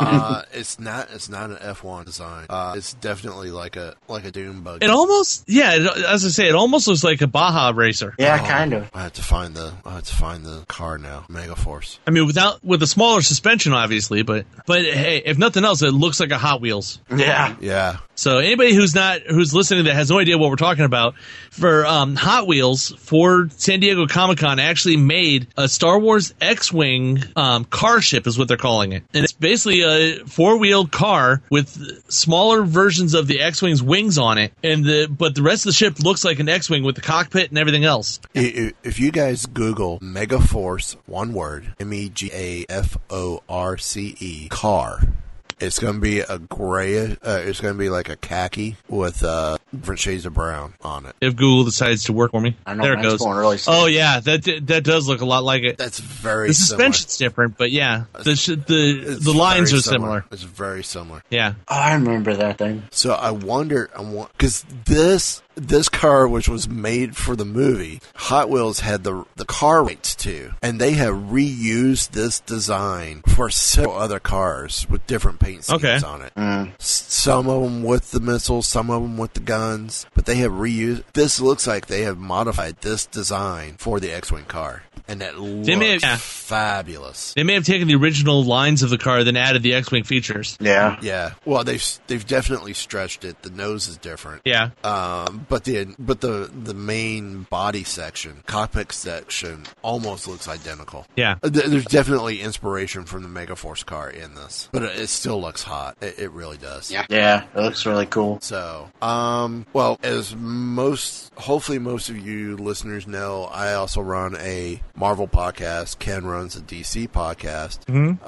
Speaker 3: Uh, it's not it's not an F1 design. Uh, it's definitely like a like a Doom bug.
Speaker 1: It almost, yeah, it, as I say, it almost looks like a Baja racer.
Speaker 2: Yeah, kind of.
Speaker 3: I have to find the I have to find the car now. Megaforce.
Speaker 1: I mean, without with a smaller suspension, obviously, but but hey, if nothing else, it looks like a Hot Wheels.
Speaker 2: Yeah.
Speaker 3: Yeah,
Speaker 1: So anybody who's not who's listening that has no idea what we're talking about, for um, Hot Wheels for San Diego Comic Con actually made a Star Wars X-wing um, car ship is what they're calling it, and it's basically a four-wheeled car with smaller versions of the X-wing's wings on it, and the but the rest of the ship looks like an X-wing with the cockpit and everything else.
Speaker 3: I- i- If you guys Google Megaforce, one word, M E G A F O R C E, car, it's going to be a gray, uh, it's going to be like a khaki with uh, different shades of brown on it.
Speaker 1: If Google decides to work for me,
Speaker 2: I know
Speaker 1: there it
Speaker 2: mine's
Speaker 1: goes.
Speaker 2: going really slow.
Speaker 1: oh yeah, that that does look a lot like it.
Speaker 3: That's very
Speaker 1: The
Speaker 3: similar.
Speaker 1: suspension's different, but yeah, the sh- the
Speaker 3: It's
Speaker 1: the lines
Speaker 3: very
Speaker 1: are similar.
Speaker 3: It's very similar.
Speaker 1: Yeah.
Speaker 2: Oh, I remember that thing.
Speaker 3: So I wonder, I want because this this car, which was made for the movie, Hot Wheels had the the car rights to, and they have reused this design for several other cars with different paint schemes
Speaker 1: Okay.
Speaker 3: on it. S- Some of them with the missiles, some of them with the guns, but they have reused. This looks like they have modified this design for the X-wing car, and that looks
Speaker 1: may- yeah.
Speaker 3: fabulous.
Speaker 1: They may have taken the original lines of the car, then added the X-wing features.
Speaker 2: Yeah.
Speaker 3: Yeah, well, they've they've definitely stretched it. The nose is different.
Speaker 1: Yeah,
Speaker 3: Um, but the but the the main body section, cockpit section, almost looks identical.
Speaker 1: yeah.
Speaker 3: Uh, th- There's definitely inspiration from the Megaforce car in this, but it it still looks hot. It, it really does.
Speaker 11: Yeah.
Speaker 2: Yeah, it looks really cool.
Speaker 3: So, um, well, as most, hopefully, most of you listeners know, I also run a Marvel podcast. Ken runs a DC podcast.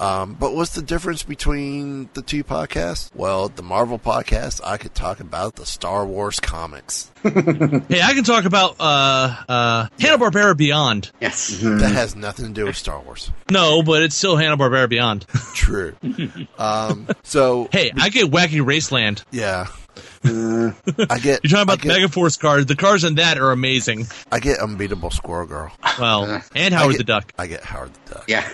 Speaker 3: Um, but what's the difference between the two podcasts? Well, the Marvel podcast, I could talk about the Star Wars comics.
Speaker 1: Hey, I can talk about uh, uh, Hanna Barbera Beyond.
Speaker 11: Yes.
Speaker 1: Mm.
Speaker 3: That has nothing to do with Star Wars.
Speaker 1: No, but it's still Hanna Barbera Beyond.
Speaker 3: True. Um, so
Speaker 1: Hey, I get Wacky Raceland.
Speaker 3: yeah, I get.
Speaker 1: You're talking about the
Speaker 3: I get,
Speaker 1: Megaforce cars. The cars in that are amazing.
Speaker 3: I get unbeatable Squirrel Girl.
Speaker 1: Well, and Howard
Speaker 3: I get-
Speaker 1: the Duck.
Speaker 3: I get Howard the Duck.
Speaker 11: Yeah.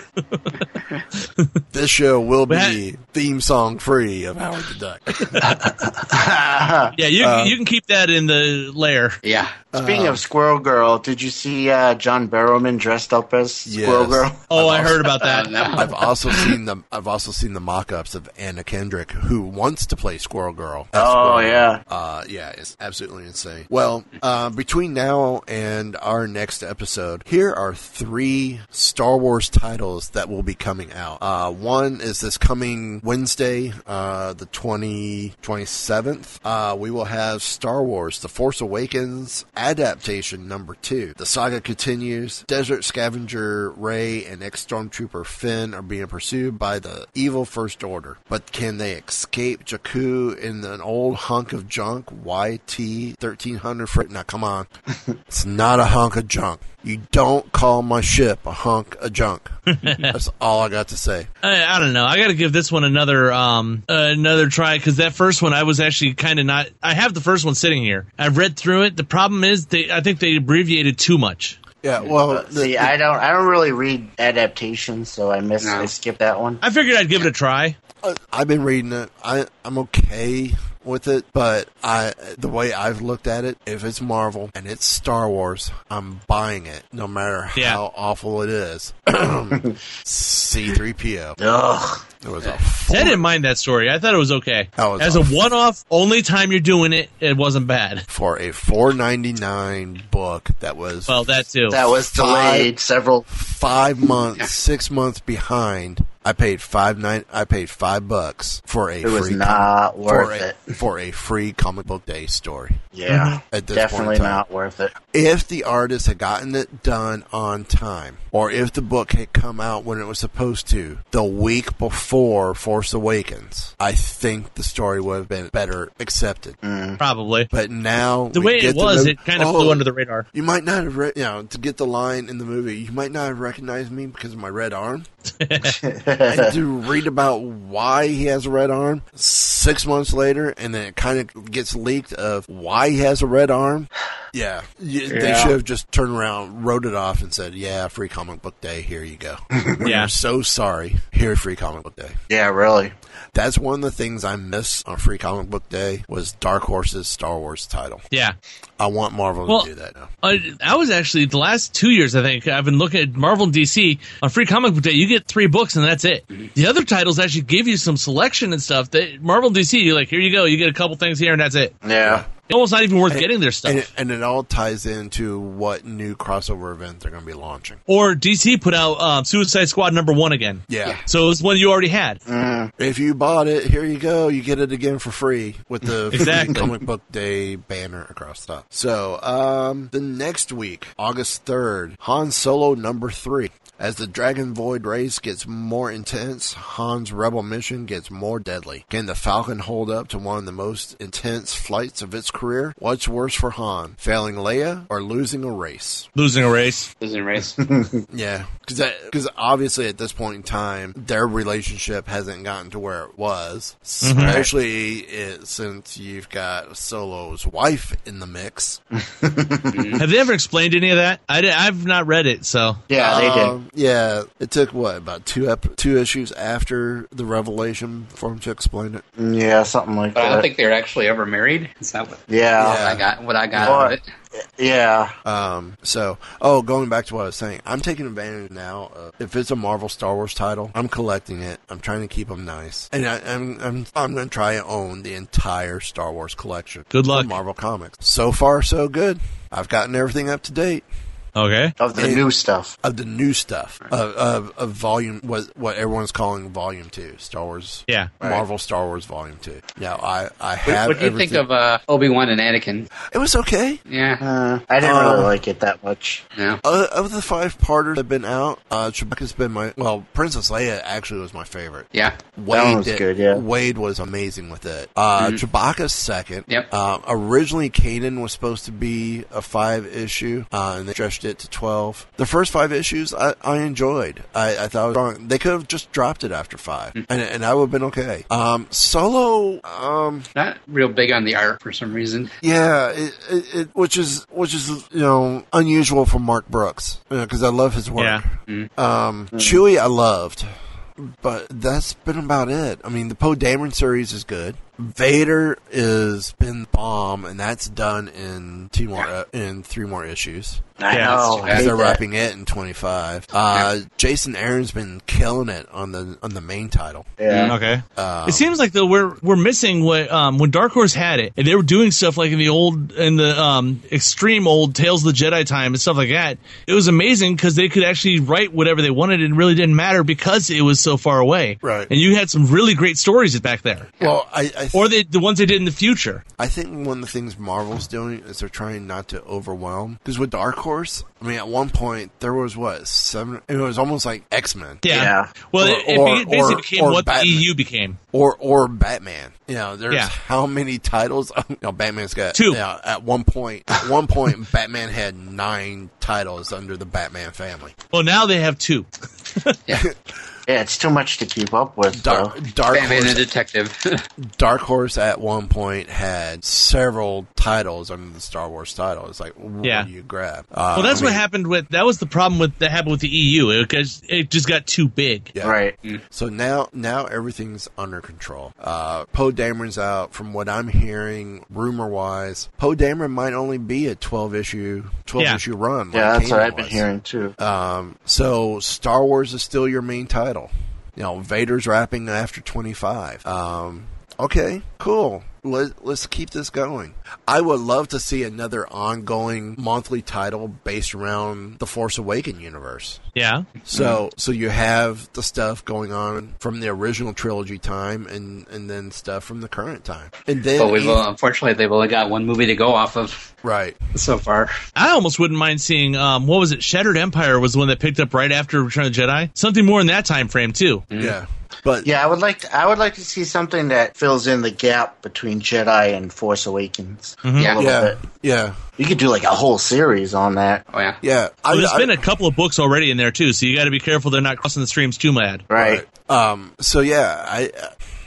Speaker 3: This show will be
Speaker 1: But-
Speaker 3: theme song free of Howard the Duck. uh,
Speaker 1: Yeah, you you can keep that in the lair.
Speaker 11: Yeah.
Speaker 2: Speaking
Speaker 3: Uh,
Speaker 2: of Squirrel Girl, did you see uh, John Barrowman dressed up as Squirrel
Speaker 3: Yes.
Speaker 2: Girl?
Speaker 1: Oh, I heard about that.
Speaker 3: I've also seen the I've also seen the mock-ups of Anna Kendrick who wants to play Squirrel Girl. as
Speaker 2: Oh,
Speaker 3: Squirrel Girl.
Speaker 2: yeah.
Speaker 3: Uh, yeah, it's absolutely insane. Well, uh, between now and our next episode, here are three Star Wars titles that will be coming out. Uh, one is this coming Wednesday, uh, the 20, 27th. Uh, we will have Star Wars The Force Awakens Adaptation Number 2. The saga continues. Desert Scavenger Ray and ex Stormtrooper Finn are being pursued by the evil First Order. But can they escape Jakku in an old hunk of junk? YT 1300 freight. Now, come on. it's not a hunk of junk. You don't call my ship a hunk of junk. That's all I got to say.
Speaker 1: I, I don't know. I got to give this one another um another try because that first one I was actually kind of not. I have the first one sitting here. I've read through it. The problem is they I think they abbreviated too much.
Speaker 3: Yeah, well, the-
Speaker 2: Uh, See, I don't, I don't really read adaptations, so I missed,
Speaker 11: No.
Speaker 2: I skipped that one.
Speaker 1: I figured I'd give it a try.
Speaker 3: I've been reading it. I, I'm okay with it, but I the way I've looked at it, if it's Marvel and it's Star Wars, I'm buying it no matter
Speaker 1: Yeah.
Speaker 3: how awful it is. C3PO.
Speaker 2: Ugh.
Speaker 3: It was a
Speaker 1: See, I didn't mind that story. I thought it was okay.
Speaker 3: was
Speaker 1: As
Speaker 3: awful.
Speaker 1: a one-off, only time you're doing it, it wasn't bad.
Speaker 3: for a 499 book that was
Speaker 1: Well, that too.
Speaker 2: That was delayed several.
Speaker 3: 5 months, 6 months behind. I paid 5 nine, I paid 5 bucks for a
Speaker 2: It was
Speaker 3: free
Speaker 2: not
Speaker 3: for
Speaker 2: worth
Speaker 3: a,
Speaker 2: it.
Speaker 3: for a free comic book day story.
Speaker 2: Yeah,
Speaker 3: At this point in
Speaker 2: definitely
Speaker 3: time.
Speaker 2: not worth it.
Speaker 3: if the artist had gotten it done on time, or if the book had come out when it was supposed to, the week before Force Awakens, I think the story would have been better accepted.
Speaker 1: Probably.
Speaker 3: But now
Speaker 1: The
Speaker 3: we
Speaker 1: way
Speaker 3: get
Speaker 1: it
Speaker 3: the
Speaker 1: was,
Speaker 3: mov-
Speaker 1: it kind of
Speaker 3: Oh,
Speaker 1: flew under the radar.
Speaker 3: You might not have, re- you know, to get the line in the movie, you might not have recognized me because of my red arm. and to read about why he has a red arm six months later, and then it kind of gets leaked of why he has a red arm. Yeah, Y- they
Speaker 11: Yeah.
Speaker 3: should have just turned around, wrote it off, and said, "Yeah, free comic book day. Here you go. We
Speaker 1: Yeah.
Speaker 3: are so sorry. Here, free comic book day."
Speaker 2: Yeah, really.
Speaker 3: That's one of the things I miss on Free Comic Book Day was Dark Horse's Star Wars title.
Speaker 1: Yeah.
Speaker 3: I want Marvel
Speaker 1: Well-
Speaker 3: to do that now.
Speaker 1: I, I was actually the last two years. I think I've been looking at Marvel and DC on Free Comic Book Day. You get three books and that's it. The other titles actually give you some selection and stuff. That Marvel and DC, you're like, here you go. You get a couple things here and that's it.
Speaker 2: Yeah.
Speaker 1: Almost not even worth getting their stuff.
Speaker 3: And it, and it all ties into what new crossover event they're going to be launching.
Speaker 1: or DC put out um, Suicide Squad number one again.
Speaker 3: Yeah.
Speaker 1: So it was one you already had.
Speaker 3: If you bought it, here you go. You get it again for free with the free
Speaker 1: Exactly.
Speaker 3: comic book day banner across the top. So, um, the next week, August 3rd, Han Solo number three. As the Dragon Void race gets more intense, Han's rebel mission gets more deadly. Can the Falcon hold up to one of the most intense flights of its career? What's worse for Han, failing Leia or losing a race?
Speaker 1: Losing a race.
Speaker 11: Losing race.
Speaker 3: Yeah, because obviously at this point in time, their relationship hasn't gotten to where it was,
Speaker 2: Mm-hmm.
Speaker 3: especially it, since you've got Solo's wife in the mix.
Speaker 1: Have they ever explained any of that? I did, I've not read it, so
Speaker 2: Yeah, they did.
Speaker 3: Um, yeah, it took what about two ep- two issues after the revelation for him to explain it.
Speaker 2: Yeah, something like
Speaker 11: But I
Speaker 2: that.
Speaker 11: don't think they're actually ever married. Is that what
Speaker 2: yeah.
Speaker 11: I got? What I got out of
Speaker 2: Or-
Speaker 11: it?
Speaker 2: yeah.
Speaker 3: Um, so, oh, going back to what I was saying, I'm taking advantage now. Of, if it's a Marvel Star Wars title, I'm collecting it. I'm trying to keep them nice, and I, I'm I'm I'm going to try and own the entire Star Wars collection.
Speaker 1: Good
Speaker 3: for
Speaker 1: luck.
Speaker 3: Marvel Comics. So far, so good. I've gotten everything up to date
Speaker 1: okay.
Speaker 2: Of the
Speaker 3: Yeah.
Speaker 2: new stuff.
Speaker 3: of the new stuff of of, of volume what what everyone's calling volume two Star Wars.
Speaker 1: Yeah.
Speaker 3: Marvel Star Wars Volume Two. Now I I have.
Speaker 11: What do you think
Speaker 3: everything-
Speaker 11: of uh, Obi Wan and Anakin?
Speaker 3: It was okay.
Speaker 11: Yeah,
Speaker 2: Uh, I didn't
Speaker 3: Um,
Speaker 2: really like it that much.
Speaker 11: yeah.
Speaker 3: Of, of the five parters that have been out, uh, Chewbacca's been my well. Princess Leia actually was my favorite.
Speaker 11: yeah.
Speaker 3: Wade
Speaker 2: one was
Speaker 3: did-
Speaker 2: good, yeah. Mm-hmm.
Speaker 3: Wade was amazing with it. Uh, Chewbacca's second.
Speaker 11: Yep.
Speaker 3: Um, originally, Kanan was supposed to be a five issue, uh, and they stretched it to twelve. The first five issues, I, I enjoyed. I, I thought it was wrong. They could have just dropped it after five,
Speaker 2: Mm.
Speaker 3: and, and I would have been okay. Um, Solo, um,
Speaker 11: Not real big on the art for some reason.
Speaker 3: yeah, it, it, it, which is which is you know unusual for Mark Brooks because I love his work.
Speaker 1: Yeah.
Speaker 2: Mm-hmm.
Speaker 3: Um, Chewy, I loved, but that's been about it. I mean, the Poe Dameron series is good. Vader is been bomb, and that's done in two more uh, in three more issues.
Speaker 2: I
Speaker 1: Yeah,
Speaker 2: know. I
Speaker 11: that's
Speaker 2: hate
Speaker 3: As they're
Speaker 2: that.
Speaker 3: wrapping it in twenty five. Uh, Jason Aaron's been killing it on the on the main title.
Speaker 2: Yeah.
Speaker 1: Okay.
Speaker 3: Um,
Speaker 1: it seems like though we're we're missing what um, when Dark Horse had it, and they were doing stuff like in the old in the um, extreme old Tales of the Jedi time and stuff like that. It was amazing because they could actually write whatever they wanted, and really didn't matter because it was so far away.
Speaker 3: Right.
Speaker 1: And you had some really great stories back there,
Speaker 3: Well, I, I th-
Speaker 1: or they, the ones they did in the future.
Speaker 3: I think one of the things Marvel's doing is they're trying not to overwhelm. Because with Dark Horse, I mean, at one point there was what seven? It was almost like X Men
Speaker 1: Yeah.
Speaker 2: Yeah.
Speaker 1: Well,
Speaker 3: Or-
Speaker 1: it, it
Speaker 3: or-
Speaker 1: beca- basically
Speaker 3: or-
Speaker 1: became
Speaker 3: or
Speaker 1: what
Speaker 3: Batman.
Speaker 1: the EU became.
Speaker 3: or or Batman. You know, there's
Speaker 1: Yeah.
Speaker 3: how many titles? You know, Batman's got
Speaker 1: Two.
Speaker 3: you know, at one point, at one point, Batman had nine titles under the Batman family.
Speaker 1: Well, now they have two.
Speaker 2: Yeah, it's too much to keep up with.
Speaker 3: Dark,
Speaker 2: though.
Speaker 3: Dark Horse,
Speaker 11: detective.
Speaker 3: Dark Horse at one point had several titles under the Star Wars title. It's like, what
Speaker 1: Yeah.
Speaker 3: do you grab?
Speaker 1: well, that's
Speaker 3: I mean,
Speaker 1: what happened with that was the problem with that happened with the EU. It, just- it just got too big.
Speaker 3: Yeah. Mm-hmm.
Speaker 2: Right.
Speaker 3: So now, now everything's under control. Uh, Poe Dameron's out. From what I'm hearing, rumor wise, Poe Dameron might only be a 12 issue, 12
Speaker 1: Yeah.
Speaker 3: issue run.
Speaker 2: Yeah,
Speaker 3: like
Speaker 2: that's what
Speaker 3: Kanan
Speaker 2: I've been
Speaker 3: was.
Speaker 2: hearing too.
Speaker 3: Um, so Star Wars is still your main title. You know, Vader's wrapping after 25. Um, okay, cool. Let, let's keep this going. I would love to see another ongoing monthly title based around the Force Awaken universe.
Speaker 1: Yeah.
Speaker 3: So, so you have the stuff going on from the original trilogy time, and and then stuff from the current time, and then
Speaker 11: But we've
Speaker 3: even-
Speaker 11: uh, unfortunately they've only got one movie to go off of
Speaker 3: right.
Speaker 11: so far.
Speaker 1: I almost wouldn't mind seeing um, what was it? Shattered Empire was the one that picked up right after Return of the Jedi. Something more in that time frame too.
Speaker 11: Mm-hmm.
Speaker 3: Yeah, but
Speaker 2: Yeah, I would like to, I would like to see something that fills in the gap between Jedi and Force Awakens. A
Speaker 11: Yeah.
Speaker 2: little
Speaker 3: Mm-hmm. yeah,
Speaker 2: bit.
Speaker 3: yeah,
Speaker 2: You could do like a whole series on that.
Speaker 11: Oh yeah.
Speaker 3: yeah. I-
Speaker 1: Well, there's
Speaker 3: I-
Speaker 1: been a couple of books already in there too, so you got to be careful they're not crossing the streams too mad.
Speaker 2: Right.
Speaker 3: Um, so yeah, I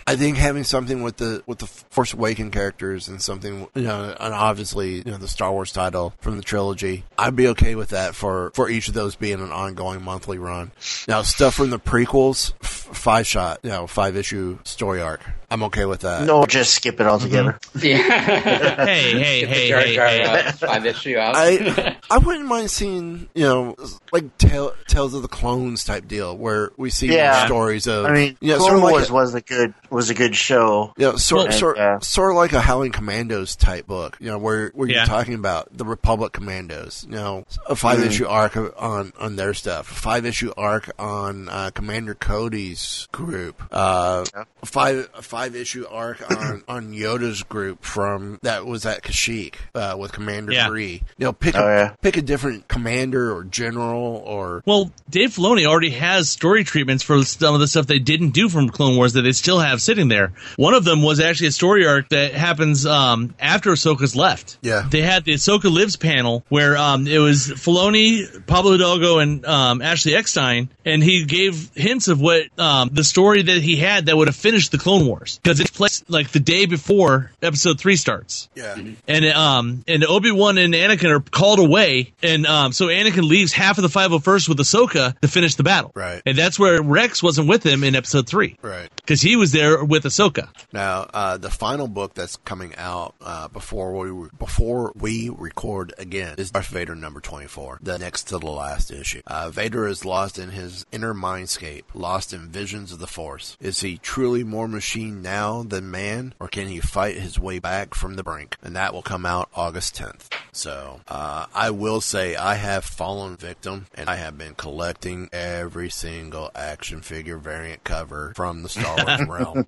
Speaker 3: I think having something with the with the Force Awaken characters and something you know, and obviously you know the Star Wars title from the trilogy, I'd be okay with that for for each of those being an ongoing monthly run. Now stuff from the prequels, f- five shot, you know, five issue story arc, I'm okay with that.
Speaker 2: No, just skip it altogether.
Speaker 11: Yeah.
Speaker 1: Hey, hey,
Speaker 11: Get
Speaker 1: hey,
Speaker 11: the Jar
Speaker 1: hey,
Speaker 11: Jar,
Speaker 1: hey.
Speaker 11: uh, five issue out.
Speaker 3: I I wouldn't mind seeing you know like tale, tales of the clones type deal where we see more
Speaker 2: Yeah.
Speaker 3: stories of
Speaker 2: I mean,
Speaker 3: yeah, sort
Speaker 2: Clone
Speaker 3: of like
Speaker 2: Wars
Speaker 3: a-
Speaker 2: was a good was a good show.
Speaker 3: Yeah, sort
Speaker 2: Well-
Speaker 3: sort,
Speaker 2: Yeah.
Speaker 3: sort of like a Howling Commandos type book, you know, where where you're
Speaker 1: Yeah.
Speaker 3: talking about the Republic Commandos, you know, a 5
Speaker 2: Mm-hmm.
Speaker 3: issue arc of- on on their stuff, a five issue arc on uh, Commander Cody's group, uh, a five a five issue arc on on Yoda's group from that was at Kashyyyk uh, with Commander
Speaker 1: Yeah.
Speaker 3: Bree. You know, pick
Speaker 2: Oh,
Speaker 3: a,
Speaker 2: yeah.
Speaker 3: pick a different commander or general or
Speaker 1: Well, Dave Filoni already has story treatments for some of the stuff they didn't do from Clone Wars that they still have sitting there. One of them was actually a story arc that happens um, after Ahsoka's left.
Speaker 3: Yeah.
Speaker 1: They had the Ahsoka Lives panel where um, it was Filoni, Pablo Hidalgo, and um, Ashley Eckstein, and he gave hints of what um, the story that he had that would have finished the Clone Wars because it's placed like the day before Episode 3 starts
Speaker 3: yeah.
Speaker 1: and um and Obi Wan and Anakin are called away, and um so Anakin leaves half of the 501st with Ahsoka to finish the battle.
Speaker 3: Right.
Speaker 1: and that's where Rex wasn't with him in Episode Three
Speaker 3: Right.
Speaker 1: because he was there with Ahsoka.
Speaker 3: Now, uh, the final book that's coming out uh, before we re- before we record again is Darth Vader number twenty four, the next to the last issue. Uh, Vader is lost in his inner mindscape, lost in visions of the Force. Is he truly more machine now than man, or can he fight his way back from the brink? And that will come out August tenth. So uh, I will say I have fallen victim, and I have been collecting every single action figure variant cover from the Star Wars realm.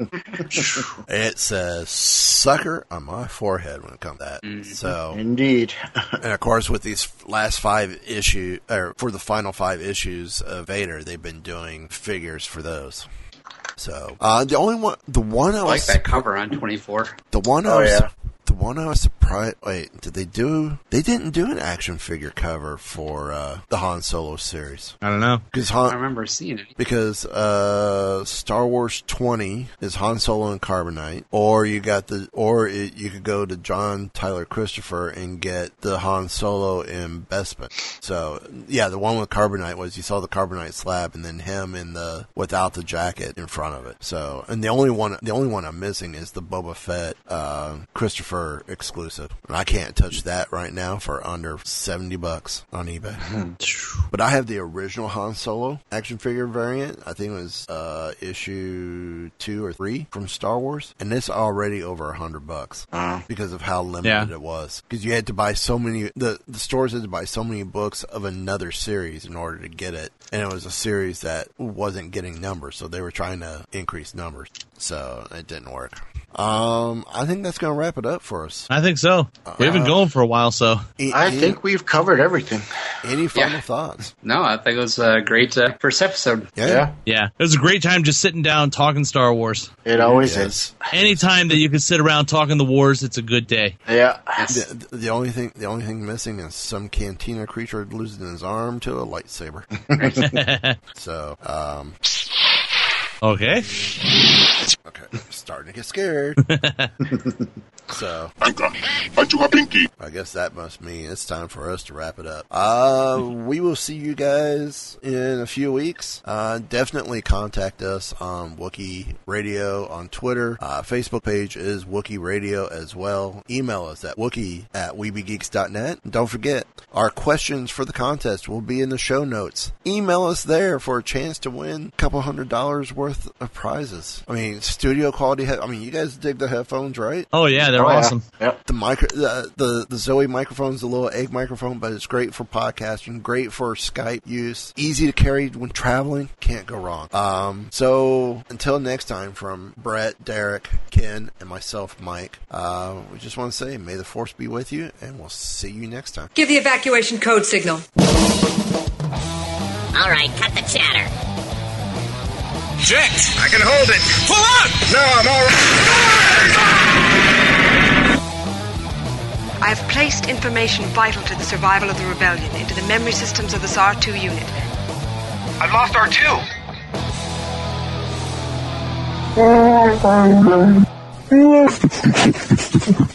Speaker 3: It says sucker on my forehead when it comes to that.
Speaker 2: Mm-hmm.
Speaker 3: So,
Speaker 2: Indeed.
Speaker 3: and of course, with these last five issue or for the final five issues of Vader, they've been doing figures for those. So, uh, the only one, the one I
Speaker 11: I like
Speaker 3: was,
Speaker 11: that cover on twenty four.
Speaker 3: the one I
Speaker 2: Oh,
Speaker 3: was,
Speaker 2: yeah.
Speaker 3: the one I was surprised. Wait, did they do, they didn't do an action figure cover for, uh, the Han Solo series.
Speaker 1: I don't know.
Speaker 3: Cause
Speaker 11: I
Speaker 3: Han,
Speaker 11: remember seeing it.
Speaker 3: because uh, Star Wars 20 is Han Solo and Carbonite, or you got the, or it, you could go to John Tyler Christopher and get the Han Solo in Bespin. So yeah, the one with Carbonite was you saw the Carbonite slab and then him in the without the jacket in front of it. So and the only one, the only one I'm missing is the Boba Fett uh, Christopher exclusive, and I can't touch that right now for under 70 bucks on eBay. But I have the original Han Solo action figure variant. I think it was uh, issue two or three from Star Wars, and it's already over a hundred bucks
Speaker 2: Uh-huh.
Speaker 3: because of how limited
Speaker 1: Yeah.
Speaker 3: it was. Because you had to buy so many, the the stores had to buy so many books of another series in order to get it, and it was a series that wasn't getting numbers, so they were trying to increase numbers, so it didn't work. Um, I think that's gonna wrap it up for us.
Speaker 1: I think so. We've
Speaker 3: Uh-huh.
Speaker 1: been going for a while, so
Speaker 3: A-
Speaker 2: I
Speaker 3: any-
Speaker 2: think we've covered everything.
Speaker 3: any final
Speaker 11: Yeah.
Speaker 3: thoughts?
Speaker 11: No, I think it was a great uh, first episode.
Speaker 2: Yeah.
Speaker 1: yeah, it was a great time just sitting down talking Star Wars.
Speaker 2: It always
Speaker 3: Yes.
Speaker 1: Anytime that you can sit around talking the wars, it's a good day.
Speaker 2: is. Yeah.
Speaker 11: Yes.
Speaker 3: The, the only thing the only thing missing is some cantina creature losing his arm to a lightsaber. so um,
Speaker 1: Okay.
Speaker 3: Okay, starting to get scared. so, I guess that must mean it's time for us to wrap it up. Uh, we will see you guys in a few weeks. Uh, definitely contact us on Wookie Radio on Twitter. Uh, Facebook page is Wookie Radio as well. Email us at wookie at weebiegeeks.net. And don't forget, our questions for the contest will be in the show notes. Email us there for a chance to win a couple hundred dollars worth of prizes. I mean, studio quality. He- I mean, you guys dig the headphones, right?
Speaker 1: Oh yeah, they're awesome.
Speaker 3: The micro, the, the the Zoe microphone's the little egg microphone, but it's great for podcasting, great for Skype use, easy to carry when traveling. Can't go wrong. Um, so until next time, from Brett, Derek, Ken, and myself, Mike, uh, we just want to say, may the force be with you, and we'll see you next time.
Speaker 10: Give the evacuation code signal.
Speaker 12: All right, cut the chatter.
Speaker 6: Eject! I can hold it. Pull up! No, I'm all
Speaker 10: I have placed information vital to the survival of the rebellion into the memory systems of the SAR 2 unit.
Speaker 6: I've lost R2.
Speaker 10: I've